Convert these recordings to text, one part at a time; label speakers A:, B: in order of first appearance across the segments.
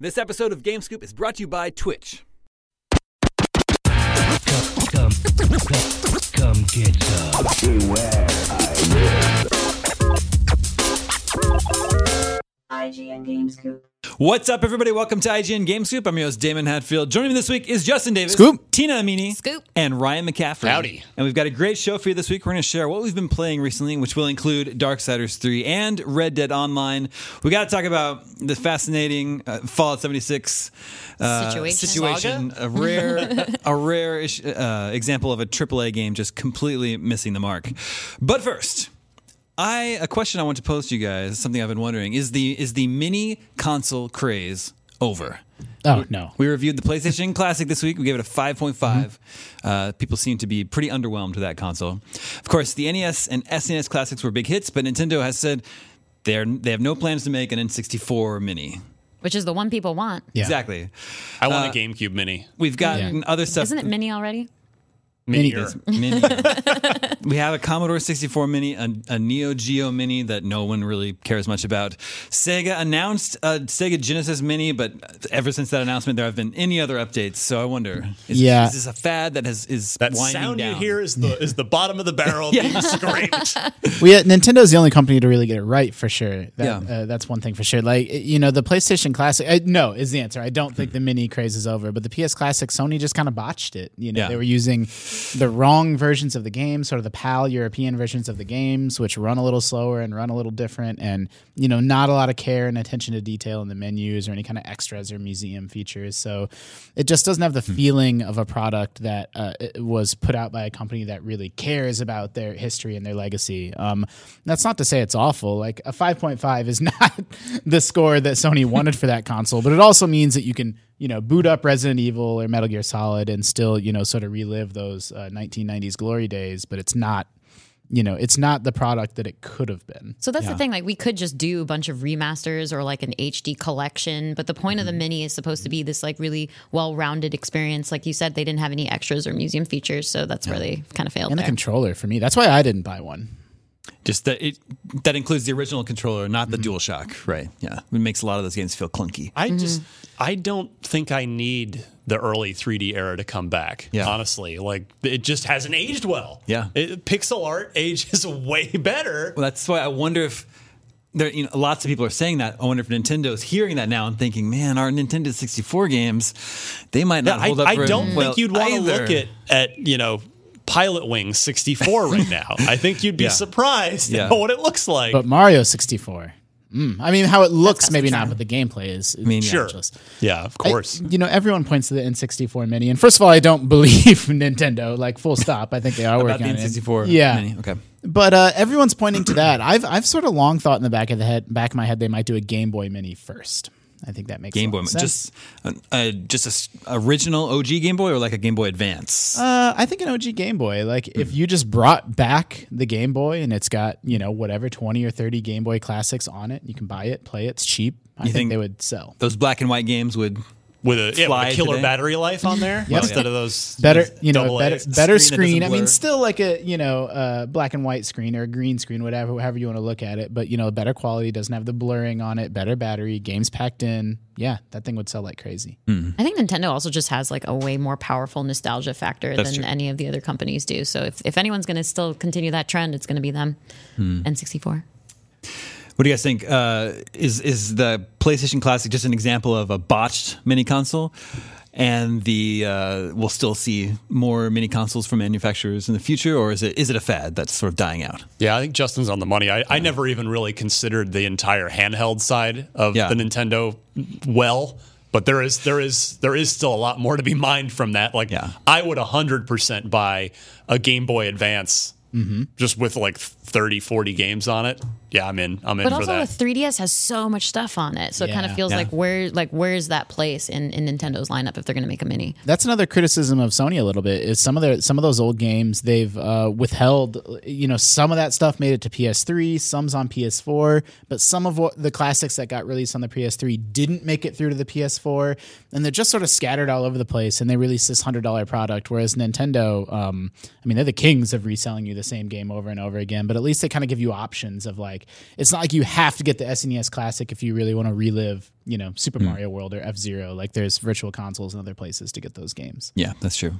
A: This episode of Game Scoop is brought to you by Twitch.
B: Come, come, come, come get some.
C: IGN Games Coop.
A: What's up, everybody? Welcome to IGN Game Scoop. I'm your host, Damon Hatfield. Joining me this week is Justin Davis,
D: Scoop.
A: Tina Amini,
E: Scoop.
A: and Ryan McCaffrey.
D: Howdy.
A: And we've got a great show for you this week. We're going to share what we've been playing recently, which will include Darksiders 3 and Red Dead Online. We got to talk about the fascinating uh, Fallout 76 uh,
E: Situation.
A: situation. A rare, a rare ish- uh, example of a AAA game just completely missing the mark. But first. I a question I want to pose to you guys, something I've been wondering, is the is the mini console craze over?
D: Oh no.
A: We reviewed the PlayStation Classic this week. We gave it a 5.5.
E: Mm-hmm.
A: Uh, people seem to be pretty underwhelmed with that console. Of course, the NES and SNES Classics were big hits, but Nintendo has said they're, they have no plans to make an N64 Mini.
E: which is the one people want.
D: Yeah.
A: Exactly.
F: I want
A: Uh,
F: a GameCube Mini.
A: We've gotten other stuff.
E: Isn't it mini already?
D: Mini
F: Mini-er.
A: Mini. we have a Commodore 64 Mini, a, a Neo Geo Mini that no one really cares much about. Sega announced a Sega Genesis Mini, but ever since that announcement, there have been any other updates. So I wonder, is,
D: Yeah.
A: is this a fad that has is
F: That
A: winding
F: sound
A: down?
F: you hear is the is the bottom of the barrel being scraped.
D: We Nintendo's the only company to really get it right for sure. That,
A: Yeah.
D: uh, that's one thing for sure. Like you know, the PlayStation Classic. I, no, is the answer. I don't think the mini craze is over, but the PS Classic, Sony just kind of botched it. You know,
A: Yeah.
D: they were using the wrong versions of the game, sort of the PAL European versions of the games, which run a little slower and run a little different, and you know, not a lot of care and attention to detail in the menus or any kind of extras or museum features. So it just doesn't have the feeling of a product that uh, it was put out by a company that really cares about their history and their legacy. Um, that's not to say it's awful. Like a 5.5 is not the score that Sony wanted for that console, but it also means that you can, you know, boot up Resident Evil or Metal Gear Solid and still, you know, sort of relive those uh, 1990s glory days. But it's not, you know, it's not the product that it could have been.
E: So that's the thing. Like we could just do a bunch of remasters or like an HD collection, but the point of
D: Mm-hmm.
E: the mini is supposed to be this like really well-rounded experience. Like you said, they didn't have any extras or museum features, so that's where they kind of failed.
D: And the
E: There.
D: controller for me. That's why I didn't buy one.
A: Just that it that includes the original controller, not the
F: Mm-hmm.
A: DualShock, right? Yeah, it makes a lot of those games feel clunky.
F: I just
A: Mm-hmm.
F: I don't think I need the early 3D era to come back.
A: Yeah.
F: Honestly, like it just hasn't aged well.
A: Yeah.
F: It- pixel art ages way better.
A: Well, that's why I wonder if there. You know, lots of people are saying that. I wonder if Nintendo's hearing that now and thinking, "Man, our Nintendo 64 games, they might not
F: I,
A: hold up."
F: I
A: very
F: don't
A: well
F: think you'd want to
A: either."
F: look at at you know Pilot Wing 64 right now. I think you'd be
A: Yeah.
F: surprised
A: Yeah.
F: at what it looks like.
D: But Mario 64. Mm. I mean, how it looks, maybe not, but the gameplay is, is
A: mean, yeah,
F: sure.
D: matchless.
F: Yeah, of course.
D: I- you know, everyone points to the N64 Mini, and first of all, I don't believe Nintendo. Like, full stop. I think they are
A: about the
D: working on it.
A: N64.
D: Yeah,
A: Mini. Okay.
D: but uh, everyone's pointing to that. I've I've sort of long thought in the back of the head, back of my head, they might do a Game Boy Mini first. I think that makes
A: Game
D: a lot
A: Boy,
D: of sense.
A: just uh, uh, just a s original OG Game Boy or like a Game Boy Advance.
D: Uh, I think an OG Game Boy. Like
A: Hmm.
D: if you just brought back the Game Boy and it's got you know whatever twenty or thirty Game Boy classics on it, you can buy it, play it. It's cheap. I think,
A: think-
D: they would sell
A: Those black and white games would
F: with a, yeah, with
A: Fly
F: a killer
A: today.
F: battery life on there
D: Yep.
F: instead of those
D: better. You know,
F: double
D: better
F: A's.
D: better
A: screen that doesn't
D: screen. I mean,
A: blur.
D: still like a you know uh, black and white screen or a green screen, whatever, however you want to look at it. But you know, better quality doesn't have the blurring on it. Better battery, games packed in. Yeah, that thing would sell like crazy.
E: I think Nintendo also just has like a way more powerful nostalgia factor than any of the other companies do. So if, if anyone's going to still continue that trend, it's going to be them.
D: Hmm.
E: N64.
A: What do you guys think? Uh, is is the PlayStation Classic just an example of a botched mini console? And the uh, we'll still see more mini consoles from manufacturers in the future, or is it is it a fad that's sort of dying out?
F: Yeah, I think Justin's on the money. I, I never even really considered the entire handheld side of
A: Yeah.
F: the Nintendo well, but there is there is there is still a lot more to be mined from that. Like
A: Yeah.
F: I would 100% buy a Game Boy Advance just with like 30 40 games on it. Yeah, I'm in. I'm in
E: But
F: for
E: also,
F: that.
E: the 3DS has so much stuff on it, so it kind
D: Yeah.
E: of feels
A: Yeah.
E: like where like where's that place in, in Nintendo's lineup if they're going to make a mini?
D: That's another criticism of Sony a little bit is some of their some of those old games they've uh, withheld. You know, some of that stuff made it to PS3, some's on PS4, but some of what the classics that got released on the PS3 didn't make it through to the PS4, and they're just sort of scattered all over the place. And they released this hundred dollar product, whereas Nintendo, um, I mean, they're the kings of reselling you the same game over and over again. But at least they kind of give you options of like, it's not like you have to get the SNES Classic if you really want to relive, you know,
A: Hmm.
D: Super Mario World or F Zero. Like there's virtual consoles and other places to get those games.
A: Yeah, that's true.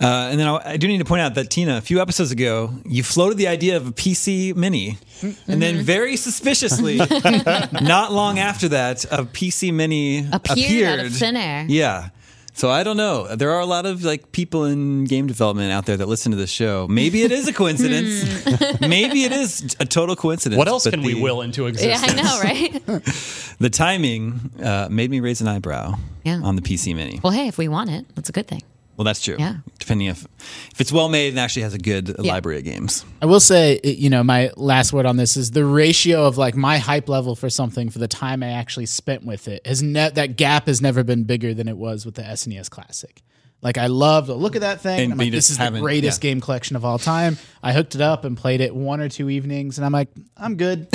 A: Uh, and then I, I do need to point out that Tina, a few episodes ago, you floated the idea of a PC Mini, and then
E: Mm-hmm.
A: very suspiciously, not long after that, a PC Mini
E: Appeared out of thin air.
A: Yeah. So I don't know. There are a lot of like people in game development out there that listen to this show. Maybe it is a coincidence.
E: Hmm.
A: Maybe it is a total coincidence.
F: What else
A: but
F: can we
A: the-
F: will into
E: Yeah,
F: existence?
E: I know, right?
A: The timing uh, made me raise an eyebrow
E: Yeah.
A: on the PC Mini.
E: well, hey, if we want it, that's a good thing.
A: Well, that's true.
E: Yeah.
A: Depending if if it's well made and actually has a good
E: Yeah.
A: library of games.
D: I will say, it- you know, my last word on this is the ratio of like my hype level for something for the time I actually spent with it has ne- that gap has never been bigger than it was with the SNES Classic. Like I loved the look of that thing.
A: And
D: I'm
A: we
D: like,
A: just
D: this is the
A: haven't-
D: greatest
A: yeah.
D: game collection of all time. I hooked it up and played it one or two evenings, and I'm like, I'm good.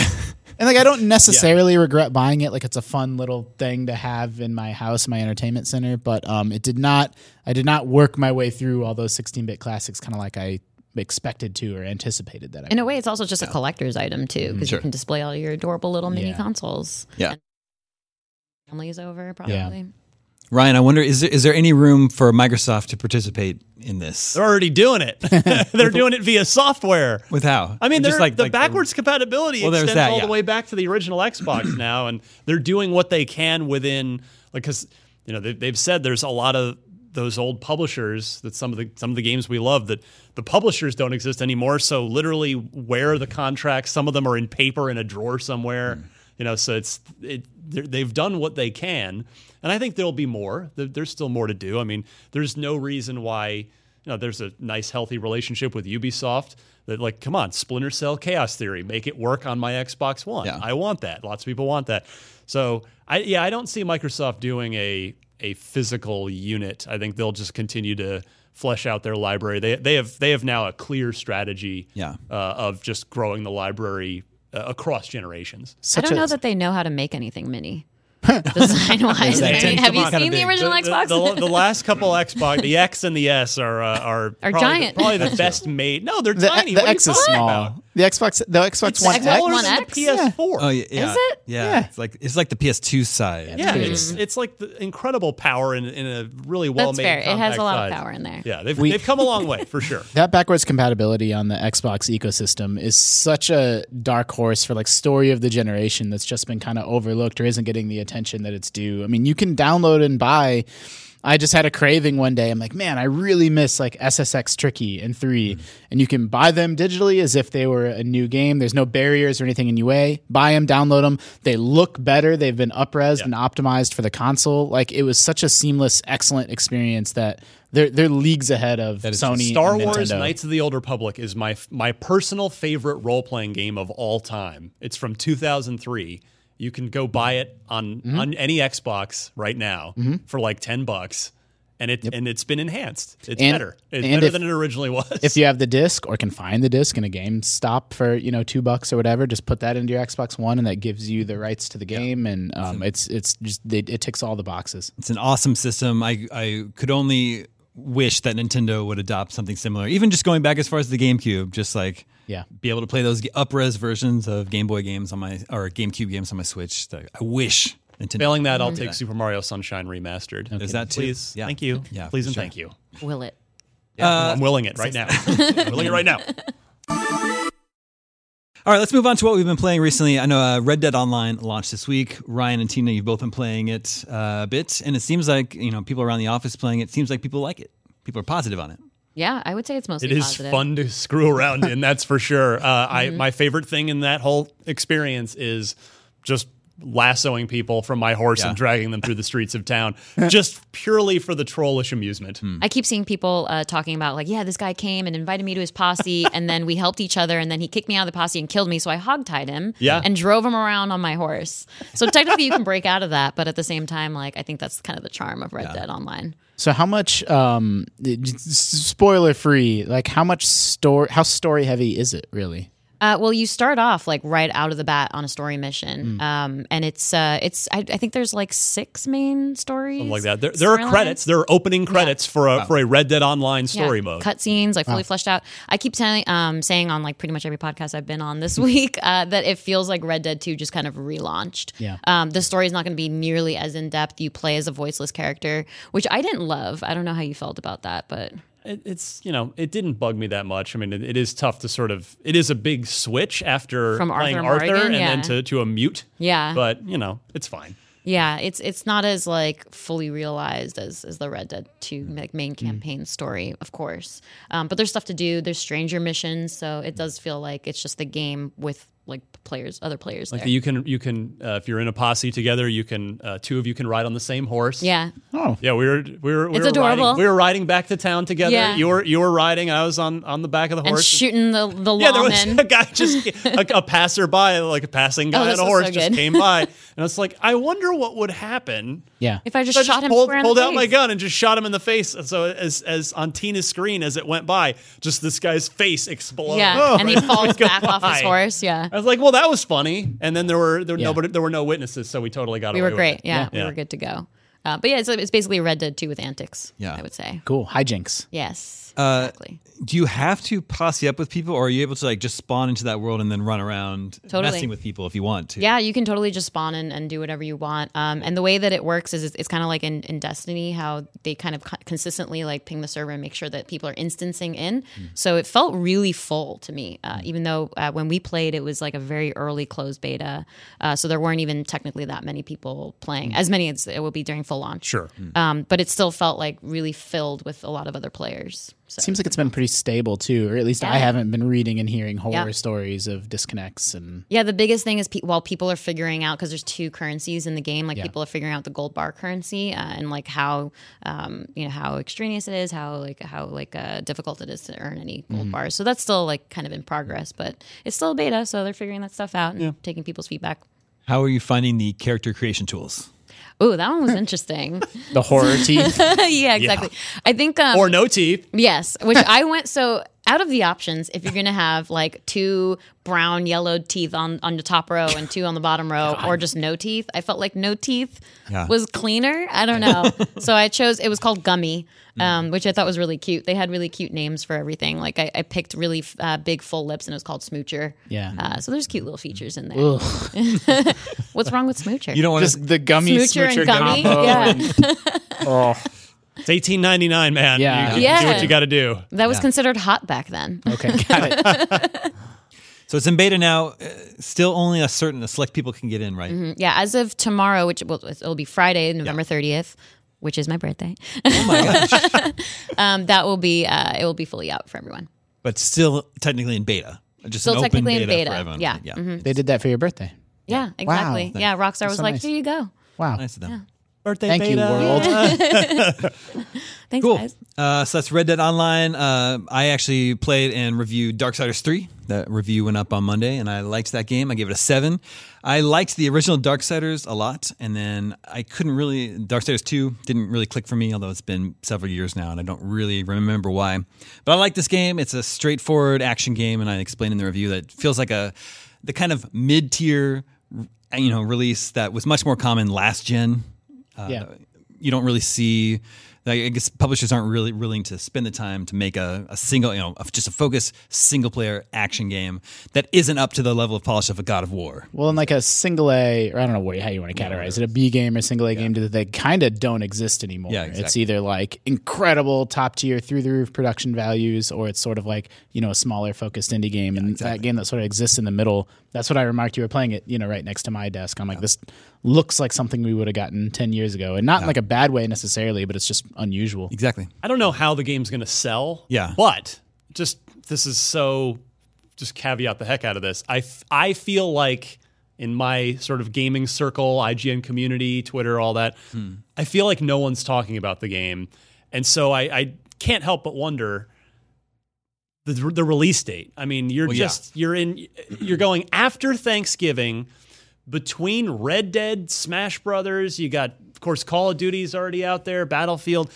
D: and like I don't necessarily regret buying it. Like it's a fun little thing to have in my house, my entertainment center. But um, it did not. I did not work my way through all those 16-bit classics, kind of like I expected to or anticipated that. I
E: In a way, it's also just a collector's item, too, because you can display all your adorable little mini
D: Yeah.
E: consoles.
A: Yeah.
E: And Family's over, probably.
A: Ryan, I wonder is there, is there any room for Microsoft to participate in this?
F: They're already doing it. They're doing it via software.
A: With how?
F: I mean,
A: Just
F: they're, the
A: like uh,
F: backwards compatibility
A: Well, there's
F: extends
A: that,
F: all
A: yeah.
F: the way back to the original Xbox now, and they're doing what they can within, like, because you know they, they've said there's a lot of those old publishers that some of the some of the games we love that the publishers don't exist anymore. So literally, where are the contracts? Some of them are in paper in a drawer
A: Hmm.
F: somewhere. You know, so it's it, they're- they've done what they can, and I think there'll be more. There- There's still more to do. I mean, there's no reason why you know, there's a nice, healthy relationship with Ubisoft. That like, come on, Splinter Cell, Chaos Theory, make it work on my Xbox One.
A: Yeah.
F: I want that. Lots of people want that. So, I yeah, I don't see Microsoft doing a a physical unit. I think they'll just continue to flesh out their library. They they have they have now a clear strategy
A: Yeah.
F: uh, of just growing the library uh, across generations.
D: Such
E: I don't
D: a-
E: know that they know how to make anything mini. Design wise,
D: They
F: didn't.
E: have
F: Come
E: you
F: on.
E: seen the original
F: the,
E: Xbox?
F: The, the last couple Xbox, the X and the S are uh, are, probably,
E: giant.
F: The, probably the best made. No, they're
D: The, E,
F: tiny.
D: the
F: What are you
D: X is
F: talking
D: small.
F: about?
D: The Xbox, the Xbox One
E: Xbox
D: X.
E: One
F: It's
E: X?
F: the PS4.
A: Oh yeah, yeah.
E: Is it?
A: Yeah.
D: Yeah.
A: It's like it's like the PS2 side.
F: Yeah, it's it's like the incredible power in, in a really well
E: That's
F: made.
E: fair. It has a lot of power in there.
F: Yeah, they've
D: We-
F: they've come a long way for sure.
D: That backwards compatibility on the Xbox ecosystem is such a dark horse for like story of the generation that's just been kind of overlooked or isn't getting the attention that it's due. I mean, you can download and buy. I just had a craving one day. I'm like, man, I really miss like SSX Tricky and 3. And you can buy them digitally as if they were a new game. There's no barriers or anything in UA. Buy them, download them. They look better. They've been upresed and optimized for the console. Like it was such a seamless, excellent experience that they're they're leagues ahead of
A: is
D: Sony.
F: Star
D: and
F: Wars
D: Nintendo.
F: Knights of the Old Republic is my my personal favorite role playing game of all time. It's from 2003. You can go buy it on
D: Mm-hmm.
F: on any Xbox right now for like 10 bucks and it and it's been enhanced. It's
D: And-
F: better. It's
D: and
F: better
D: if-
F: than it originally was.
D: If you have the disc or can find the disc in a game stop for you know two bucks or whatever, just put that into your Xbox One, and that gives you the rights to the game, and
F: Mm-hmm.
D: um, it's it's just it, it ticks all the boxes.
A: It's an awesome system. I I could only wish that Nintendo would adopt something similar. Even just going back as far as the GameCube, just like
D: Yeah.
A: be able to play those upres versions of Game Boy games on my or GameCube games on my Switch. I wish Nintendo
F: Failing that, I'll take Super Mario Sunshine remastered.
A: There's that too.
F: Please,
A: Yeah.
F: thank you.
A: Yeah,
F: Please and
A: sure.
F: thank you. Uh,
E: Will it?
F: I'm willing it right now. I'm willing it right now.
A: All right, let's move on to what we've been playing recently. I know uh, Red Dead Online launched this week. Ryan and Tina, you've both been playing it uh, a bit, and it seems like you know people around the office playing it. Seems like people like it. People are positive on it.
E: Yeah, I would say it's mostly
F: It is
E: positive.
F: fun to screw around in, that's for sure. Uh, I my favorite thing in that whole experience is just lassoing people from my horse and dragging them through the streets of town, just purely for the trollish amusement.
E: I keep seeing people uh, talking about like, yeah, this guy came and invited me to his posse, and then we helped each other, and then he kicked me out of the posse and killed me, so I hogtied him,
F: Yeah.
E: and drove him around on my horse. So technically, you can break out of that, but at the same time, like I think that's kind of the charm of Red Dead Online.
D: So how much um, spoiler free? Like how much story? How story heavy is it really?
E: Uh, well, you start off like right out of the bat on a story
F: Mm.
E: mission, um, and it's uh, it's I, I think there's like six main stories
F: Something like that. There, there are
E: storylines.
F: credits. There are opening credits for a for a Red Dead Online story mode.
E: Cutscenes, like fully fleshed out. I keep telling, um, saying on like pretty much every podcast I've been on this week uh, that it feels like Red Dead 2 just kind of relaunched.
D: Yeah.
E: Um, the story is not going to be nearly as in depth. You play as a voiceless character, which I didn't love. I don't know how you felt about that, but
F: it, it's you know it didn't bug me that much. I mean, it, it is tough to sort of it is a big switch after
E: From Arthur
F: playing
E: Morgan,
F: and then
E: yeah.
F: to to a mute.
E: Yeah.
F: but you know it's fine.
E: yeah, it's it's not as like fully realized as as the Red Dead 2 like main campaign story, of course. Um, but there's stuff to do. There's stranger missions, so it does feel like it's just the game with like players, other players.
F: Like
E: there.
F: you can you can uh, if you're in a posse together, you can uh, two of you can ride on the same horse.
E: yeah.
D: Oh,
F: Yeah, we were we were we
E: It's
F: were
E: adorable.
F: Riding, we were riding back to town together.
E: Yeah.
F: You were you were riding. I was on on the back of the
E: and
F: horse.
E: shooting the the
F: yeah, there was
E: lawman.
F: a guy just a, a passerby, like a passing guy
E: Oh,
F: on
E: this
F: a
E: was
F: horse,
E: so
F: just
E: good.
F: came by, and it's like, I wonder what would happen
D: yeah.
E: if I just
F: so I
E: shot
F: just
E: him
F: pulled,
E: square in
F: pulled
E: the
F: out my
E: face.
F: gun and just shot him in the face. And so as as on Tina's screen as it went by, just this guy's face exploded.
E: Yeah, and he falls back off his
F: Why?
E: horse. Yeah,
F: I was like, well, that was funny. And then there were there were
D: Yeah.
F: nobody there were no witnesses, so we totally got
E: we
F: away
E: were
F: with
E: great.
F: it.
E: Yeah,
F: Yeah.
E: we were good to go. Uh, but yeah, it's, it's basically Red Dead Two with antics.
A: Yeah. Uh,
E: I would say
D: Cool. Hijinks.
E: yes, exactly.
A: Do you have to posse up with people, or are you able to like just spawn into that world and then run around
E: Totally.
A: messing with people if you want to?
E: Yeah, you can totally just spawn and, and do whatever you want. Um, and the way that it works is it's, it's kind of like in, in Destiny, how they kind of co- consistently like ping the server and make sure that people are instancing in. So it felt really full to me, uh, even though uh, when we played, it was like a very early closed beta. Uh, so there weren't even technically that many people playing, as many as it will be during full launch.
F: Sure.
E: Um, but it still felt like really filled with a lot of other players. So.
D: Seems like it's been pretty stable too, or at least I
E: Yeah.
D: haven't been reading and hearing horror
E: Yeah.
D: stories of disconnects and
E: Yeah, the biggest thing is pe- while people are figuring out because there's two currencies in the game, like people are figuring out the gold bar currency uh, and like how um, you know how extraneous it is, how like how like uh, difficult it is to earn any gold bars. So that's still like kind of in progress, but it's still beta, so they're figuring that stuff out and taking people's feedback.
A: How are you finding the character creation tools?
E: Oh, that one was interesting.
D: the horror teeth.
E: yeah, exactly. I think um,
F: Or no teeth.
E: Yes, which I went so out of the options, if you're gonna have like two brown yellowed teeth on on the top row and two on the bottom row, or just no teeth, I felt like no teeth
A: Yeah.
E: was cleaner. I don't know, so I chose. It was called Gummy,
A: Mm.
E: um, which I thought was really cute. They had really cute names for everything. Like I, I picked really uh, big full lips, and it was called Smoocher.
D: Yeah.
E: Uh, so there's cute little features in there. What's wrong with Smoocher?
A: You don't want to.
D: Just the gummy
E: Smoocher
D: smoocher,
E: and gummy.
D: combo.
E: Yeah.
D: Oh,
F: It's eighteen ninety nine, man.
D: Yeah.
F: You,
E: Yeah.
F: do what you gotta do.
E: that was considered hot back then.
D: okay, got it.
A: So it's in beta now. Uh, still, only a certain a select people can get in, right?
E: Yeah, as of tomorrow, which will it'll be Friday, November thirtieth, which is my birthday.
A: Oh my gosh!
E: Um, that will be uh, it will be fully out for everyone.
A: But still, technically in beta. Just
E: Still
A: an open
E: technically
A: beta,
E: in beta,
A: for everyone.
E: yeah. Mm-hmm.
A: yeah.
D: They did that for your birthday.
E: Yeah, exactly.
D: Wow.
E: yeah, Rockstar was
D: so
E: like,
D: nice.
E: "Here you go."
D: Wow.
A: Nice of them.
F: Birthday
D: Thank you,
F: beta.
D: world.
E: Thanks,
A: Cool.
E: guys.
A: Uh, so that's Red Dead Online. Uh, I actually played and reviewed Darksiders 3. That review went up on Monday, and I liked that game. I gave it a 7. I liked the original Darksiders a lot, and then I couldn't really. Darksiders 2 didn't really click for me, although it's been several years now, and I don't really remember why. But I like this game. It's a straightforward action game, and I explained in the review that it feels like a the kind of mid tier you know release that was much more common last gen
D: yeah.
A: you don't really see like, I guess publishers aren't really willing to spend the time to make a, a single, you know, of just a focused single player action game that isn't up to the level of polish of a God of War.
D: Well, in like a single A, or I don't know what, how you want to categorize it, a B game or single A game that they kind of don't exist anymore.
A: Yeah,
D: It's
A: exactly.
D: either like incredible top tier through the roof production values, or it's sort of like, you know, a smaller focused indie game. and that game that sort of exists in the middle, that's what I remarked. You were playing it, you know, right next to my desk. I'm like, this looks like something we would have gotten 10 years ago. And not in like a bad way necessarily, but it's just unusual.
A: Exactly.
F: I don't know how the game's going to sell.
A: Yeah.
F: But just this is so just caveat the heck out of this. I f- I feel like in my sort of gaming circle, IGN community, Twitter, all that,
A: Hmm.
F: I feel like no one's talking about the game, and so I, I can't help but wonder the the release date. I mean, you're
A: Well, yeah.
F: just you're in you're going after Thanksgiving between Red Dead, Smash Brothers, you got of course Call of Duty's already out there, Battlefield.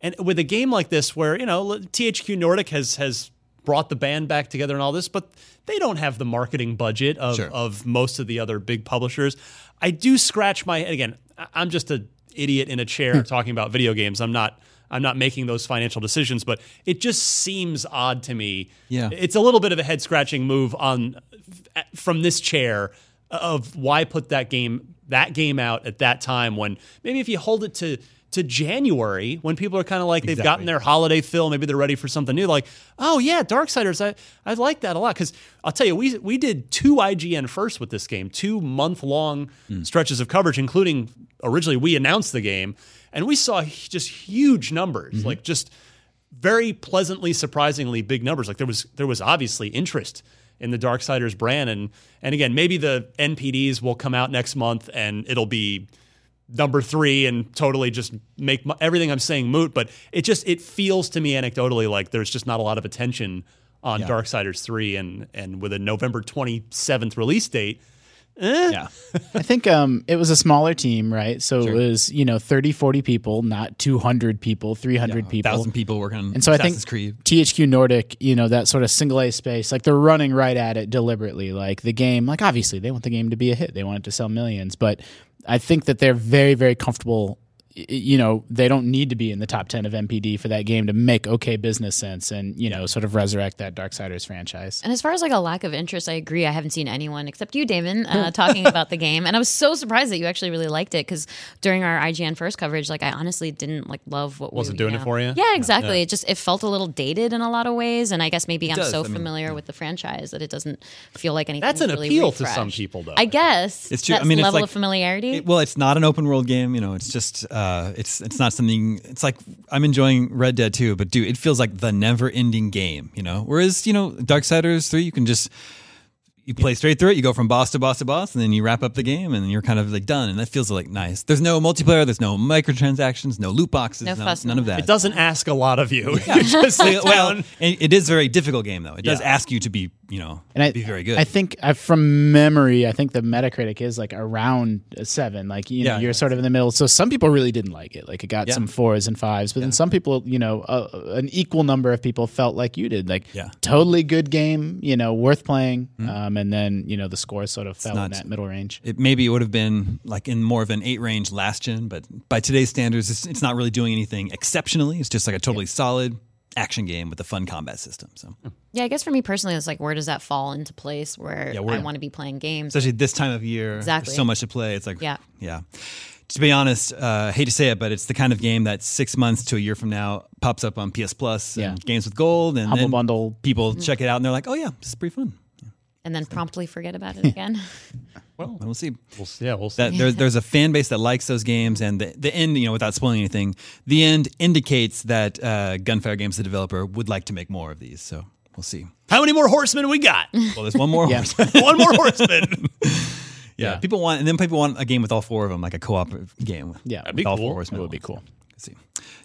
F: And with a game like this where, you know, THQ Nordic has has brought the band back together and all this, but they don't have the marketing budget of,
A: Sure.
F: of most of the other big publishers. I do scratch my head again. I- I'm just an idiot in a
A: Hmm.
F: chair talking about video games. I'm not. I'm not making those financial decisions, but it just seems odd to me.
A: Yeah.
F: it's a little bit of a head scratching move on from this chair of why put that game that game out at that time when maybe if you hold it to to January when people are kind of like they've gotten their holiday fill maybe they're ready for something new like oh yeah Darksiders I I like that a lot cuz I'll tell you we we did two IGN first with this game two month long stretches of coverage including originally we announced the game and we saw h- just huge numbers like just very pleasantly surprisingly big numbers like there was there was obviously interest in the Darksiders brand and and again maybe the NPDs will come out next month and it'll be number 3 and totally just make my, everything I'm saying moot but it just it feels to me anecdotally like there's just not a lot of attention on Darksiders 3 and and with a November 27th release date
A: Yeah.
D: I think um, it was a smaller team, right? So it was, you know, 30, 40 people, not 200 people, 300 people.
A: Thousand people working on
D: And so
A: Assassin's
D: I think
A: Creed.
D: THQ Nordic, you know, that sort of single A space, like they're running right at it deliberately. Like the game, like obviously they want the game to be a hit, they want it to sell millions, but I think that they're very, very comfortable. y- You know, they don't need to be in the top 10 of MPD for that game to make okay business sense and, you know, sort of resurrect that Darksiders franchise.
E: And as far as like a lack of interest, I agree. I haven't seen anyone except you, Damon, uh, talking about the game, and I was so surprised that you actually really liked it because during our IGN first coverage, like I honestly didn't like love what
F: Wasn't
E: we,
F: doing it for you?
E: Yeah, exactly. It just it felt a little dated in a lot of ways, and I guess maybe I'm
A: does,
E: so
A: I mean,
E: familiar with the franchise that it doesn't feel like anything.
F: That's an
E: really
F: appeal to some
E: refreshed.
F: people, though, I
E: I guess
A: It's true. I
E: That's
A: mean, it's
E: level
A: like-
E: of familiarity.
A: It- well, it's not an open world game. You know, it's just uh, it's it's not something. It's like I'm enjoying Red Dead 2, but dude, it feels like the never ending game. You know, whereas you know Darksiders 3, you can just you play straight through it. You go from boss to boss to boss, and then you wrap up the game, and you're kind of like done. And that feels like nice. There's no multiplayer. There's no microtransactions. No loot boxes.
E: No fuss,
A: none
E: no
A: of that.
F: it doesn't ask a lot of you You just sit
A: well,
F: down.
A: it it is a very difficult game though. It does
F: Yeah.
A: ask you to be, you know,
D: and I,
A: be very good.
D: I think I, from memory, I think the Metacritic is like around a seven. Like you know,
A: Yeah,
D: you're
A: yeah.
D: sort of in the middle. So some people really didn't like it. Like it got
A: Yeah.
D: some fours and fives, but then some people, you know, a, an equal number of people felt like you did. Like
A: Yeah. Hmm.
D: totally good game, you know, worth playing. Um, and then you know the score sort of fell in
A: not-
D: that middle range.
A: it maybe it would have been like in more of an eight range last gen, but by today's standards, it's, it's not really doing anything exceptionally. It's just like a totally solid action game with a fun combat system. So,
E: yeah, I guess for me personally, it's like where does that fall into place where
A: Yeah, where-
E: I want to be playing games?
A: especially this time of year, there's
E: Exactly.
A: so much to play. It's like,
E: Yeah.
A: yeah. To be honest, uh, hate to say it, but it's the kind of game that six months to a year from now pops up on PS Plus and
D: Yeah.
A: Games with Gold, and
D: Humble
A: then
D: bundle. Mm-hmm.
A: people check it out and they're like, oh yeah, this is pretty fun.
E: and then promptly forget about it again.
A: And we'll see.
F: We'll see- yeah, we'll see.
A: that there, there's a fan base that likes those games, and the, the end, you know, without spoiling anything, the end indicates that uh, Gunfire Games, the developer, would like to make more of these. So we'll see.
F: How many more horsemen we got?
A: Well, there's one more.
D: Yeah.
A: horse. yeah.
F: One more horseman.
A: people want, and then people want a game with all four of them, like a co-op game.
D: Yeah.
A: with
D: That'd be
A: all
F: cool.
A: four horsemen.
D: It would be cool.
A: Let's see,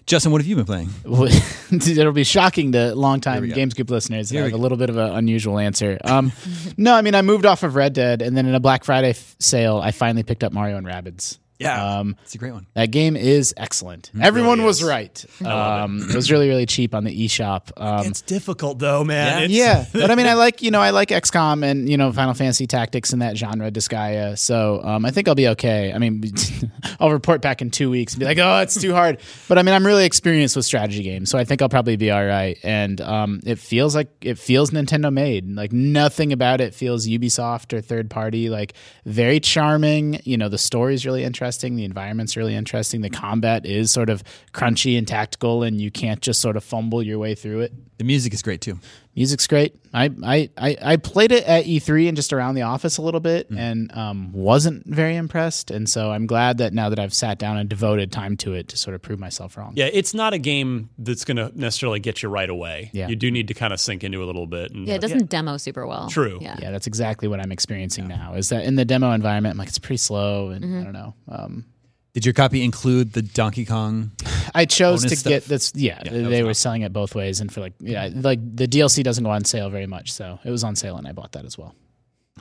A: Justin, what have you been playing?
D: It'll be shocking to longtime Games Group listeners. that I have a little bit of an unusual answer. Um, no, I mean I moved off of Red Dead, and then in a Black Friday f- sale, I finally picked up Mario and Rabbids.
A: Yeah,
D: Um,
A: it's a great one.
D: That game is excellent. Everyone was right. Um, it. was really, really cheap on the eShop. Um,
F: It's difficult though, man. It's-
D: yeah, but I mean, I like you know, I like XCOM and you know Final Fantasy Tactics and that genre, Disgaea. So um, I think I'll be okay. I mean, I'll report back in two weeks and be like, oh, it's too hard. But I mean, I'm really experienced with strategy games, so I think I'll probably be all right. And um, it feels like it feels Nintendo made. Like nothing about it feels Ubisoft or third party. Like very charming. You know, the story's really interesting. The environment's really interesting. The combat is sort of crunchy and tactical, and you can't just sort of fumble your way through it.
A: The music is great too.
D: Music's great. I, I, I, I played it at E3 and just around the office a little bit
A: Mm-hmm.
D: and um, wasn't very impressed. And so I'm glad that now that I've sat down and devoted time to it to sort of prove myself wrong.
F: Yeah, it's not a game that's going to necessarily get you right away.
D: Yeah.
F: You do need to kind of sink into it a little bit. And
E: Yeah, it doesn't demo super well.
F: True.
E: Yeah.
D: Yeah, that's exactly what I'm experiencing now is that in the demo environment, I'm like, it's pretty slow and I don't know. Um,
A: Did your copy include the Donkey Kong?
D: I chose
A: Bonus
D: to
A: stuff.
D: get that's yeah,
A: Yeah, that was
D: they were selling it both ways and for like yeah, like the DLC doesn't go on sale very much, so it was on sale and I bought that as well.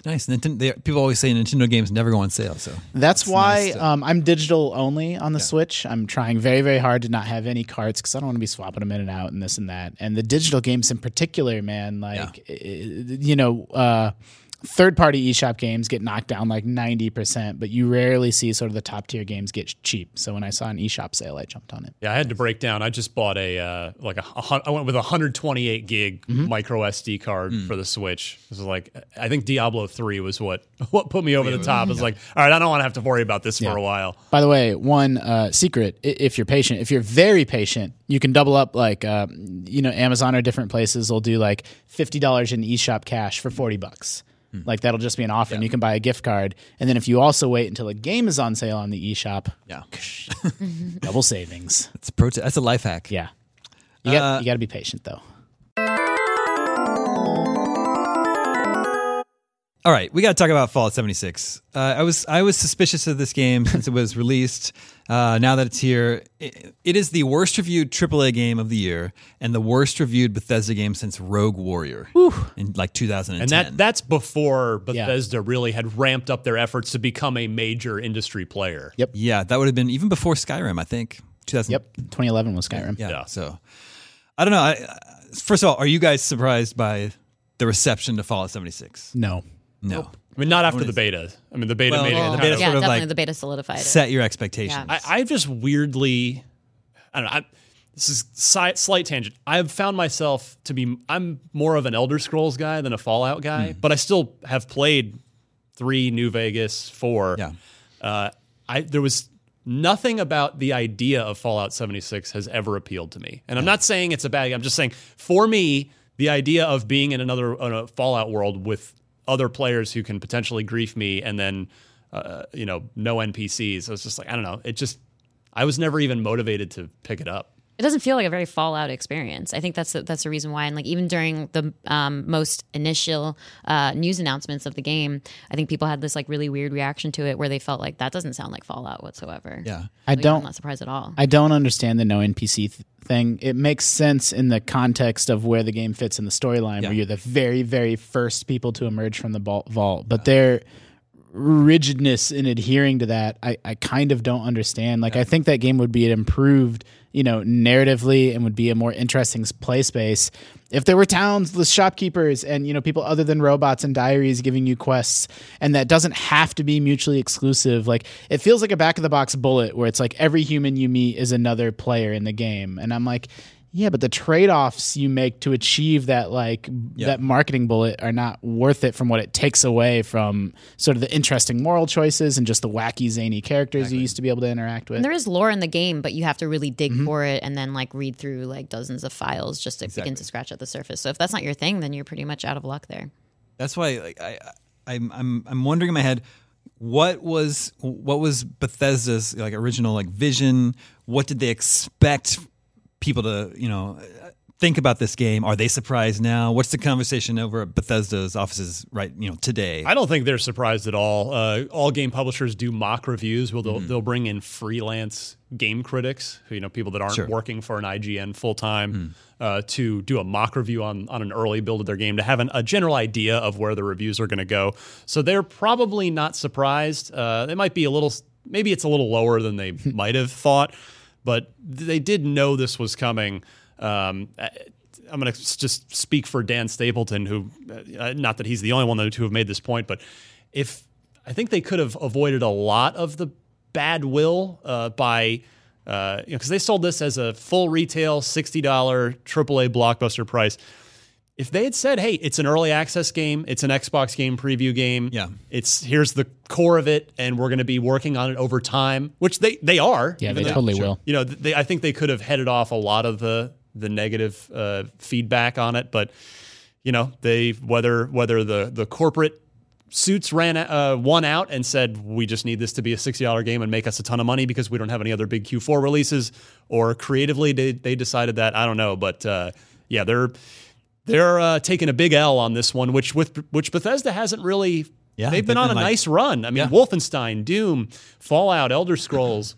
A: Nice. Nintendo, they, people always say Nintendo games never go on sale. So
D: That's why
A: nice to-
D: um, I'm digital only on the Switch. I'm trying very, very hard to not have any carts because I don't want to be swapping them in and out and this and that. And the digital games in particular, man, like, i- i- you know, uh, third party eShop games get knocked down like 90%, but you rarely see sort of the top tier games get cheap. So when I saw an eShop sale, I jumped on it.
F: Yeah, I had to break down. I just bought a uh, like a, a hun- I went with a 128 gig micro SD card for the Switch. This is like I think Diablo 3 was what what put me over the top. It's like, all right, I don't want to have to worry about this for a while.
D: By the way, one uh, secret: i- if you're patient, if you're very patient, you can double up. Like uh, you know, Amazon or different places will do like fifty dollars in eShop cash for forty bucks. Like that'll just be an offer, and you can buy a gift card. And then if you also wait until a game is on sale on the eShop,
A: yeah,
D: double savings.
A: it's a pro- that's a life hack.
D: Yeah, you got you got to be patient though.
A: All right, we got to talk about Fallout 76. Uh, I was I was suspicious of this game since it was released. Uh, now that it's here, it, it is the worst reviewed AAA game of the year and the worst reviewed Bethesda game since Rogue Warrior in like 2010.
F: And that that's before Bethesda really had ramped up their efforts to become a major industry player.
D: Yep.
A: yeah, that would have been even before Skyrim, I think. 2000.
D: Yep, 2011 was Skyrim.
A: Yeah.
F: Yeah.
A: So I don't know. I, I- first of all, are you guys surprised by the reception to Fallout 76?
D: No,
A: No.
F: I mean, not after the beta. I mean, the beta
A: Well,
F: made it.
A: well, the
F: kind
A: beta
F: of-
E: Um, yeah,
A: sort of
E: definitely
A: like
E: the beta solidified it.
A: Set your expectations.
F: I, I just weirdly, I don't know. I, this is si- slight tangent. I've found myself to be I'm more of an Elder Scrolls guy than a Fallout guy, but I still have played three, New Vegas, four.
A: Yeah.
F: Uh, I there was nothing about the idea of Fallout 76 has ever appealed to me, and I'm not saying it's a bad. I'm just saying for me, the idea of being in another in a Fallout world with other players who can potentially grief me, and then uh, you know no NPCs. I was just like I don't know. It just I was never even motivated to pick it up.
E: it doesn't feel like a very Fallout experience. I think that's the, that's the reason why. And like even during the um, most initial uh, news announcements of the game, I think people had this like really weird reaction to it where they felt like that doesn't sound like Fallout whatsoever.
A: yeah.
D: I
E: Like, I'm
D: don't.
E: not surprised at all.
D: I don't understand the no NPC th- thing. It makes sense in the context of where the game fits in the storyline,
A: Yeah.
D: where you're the very, very first people to emerge from the bal- vault. But their rigidness in adhering to that, I, I kind of don't understand. Like, I think that game would be improved, you know, narratively and would be a more interesting s- play space if there were towns with shopkeepers and, you know, people other than robots and diaries giving you quests. And that doesn't have to be mutually exclusive. Like, it feels like a back of the box bullet where it's like every human you meet is another player in the game. And I'm like, yeah, but the trade-offs you make to achieve that like that marketing bullet are not worth it from what it takes away from sort of the interesting moral choices and just the wacky zany characters you used to be able to interact with.
E: And there is lore in the game, but you have to really
A: Mm-hmm.
E: dig for it and then like read through like dozens of files just to begin to scratch at the surface. So if that's not your thing, then you're pretty much out of luck there.
A: That's why like I, I I'm I'm I'm wondering in my head what was what was Bethesda's like original like vision? What did they expect people to, you know, think about this game? Are they surprised now? What's the conversation over at Bethesda's offices right, you know, today?
F: I don't think they're surprised at all. Uh, all game publishers do mock reviews. Well, they'll, they'll bring in freelance game critics, who, you know, people that aren't working for an IGN full time, uh, to do a mock review on on an early build of their game to have an, a general idea of where the reviews are going to go. So they're probably not surprised. Uh, they might be a little, maybe it's a little lower than they might have thought, but they did know this was coming. Um, I'm going to just speak for Dan Stapleton, who, uh, not that he's the only one though, to have made this point, but if I think they could have avoided a lot of the bad will uh, by, uh, you know, because they sold this as a full retail $60 AAA blockbuster price. If they had said, "Hey, it's an early access game, it's an Xbox game preview game,
A: Yeah.
F: it's here's the core of it, and we're going to be working on it over time," which they they are,
D: yeah,
F: even
D: they
F: though-
D: totally will.
F: you know, th- they, I think they could have headed off a lot of the the negative uh, feedback on it, but you know, they whether whether the the corporate suits ran uh, one out and said we just need this to be a sixty dollar game and make us a ton of money because we don't have any other big Q four releases, or creatively they they decided that I don't know, but uh, yeah, they're they're uh, taking a big L on this one, which with which Bethesda hasn't really.
A: Yeah,
F: they've been,
A: they've
F: on
A: been
F: a
A: like-
F: nice run. I mean, Wolfenstein, Doom, Fallout, Elder Scrolls.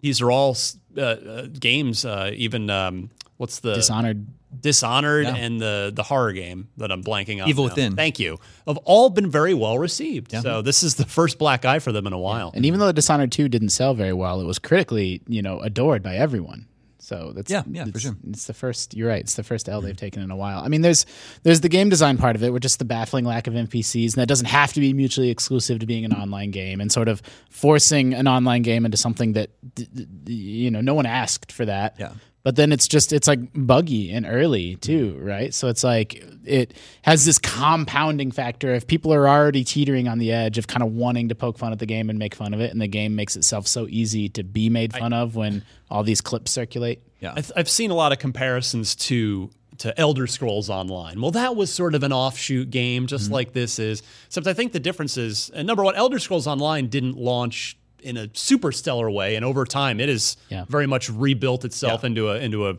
F: These are all uh, uh, games. Uh, even um, what's the
D: Dishonored
F: Dishonored
A: Yeah.
F: and the the horror game that I'm blanking on.
A: Evil
F: now.
A: Within.
F: Thank you. Have all been very well received. So this is the first black eye for them in a while.
D: And even though Dishonored 2 didn't sell very well, it was critically, you know, adored by everyone. So that's
A: Yeah, yeah, for
D: it's-
A: sure. Mm-hmm.
D: It's the first. You're right. It's the first L they've taken in a while. I mean, there's there's the game design part of it, which is the baffling lack of NPCs, and that doesn't have to be mutually exclusive to being an online game, and sort of forcing an online game into something that d- d- d- you know no one asked for that.
A: Yeah.
D: But then it's just it's like buggy and early too,
A: Mm-hmm.
D: right? So it's like it has this compounding factor if people are already teetering on the edge of kind of wanting to poke fun at the game and make fun of it, and the game makes itself so easy to be made fun of when all these clips circulate.
A: Yeah.
F: I've, I've seen a lot of comparisons to to Elder Scrolls Online. Well, that was sort of an offshoot game, just like this is. Except I think the difference is, and number one, Elder Scrolls Online didn't launch in a super stellar way, and over time, it has
D: Yeah.
F: very much rebuilt itself into a into a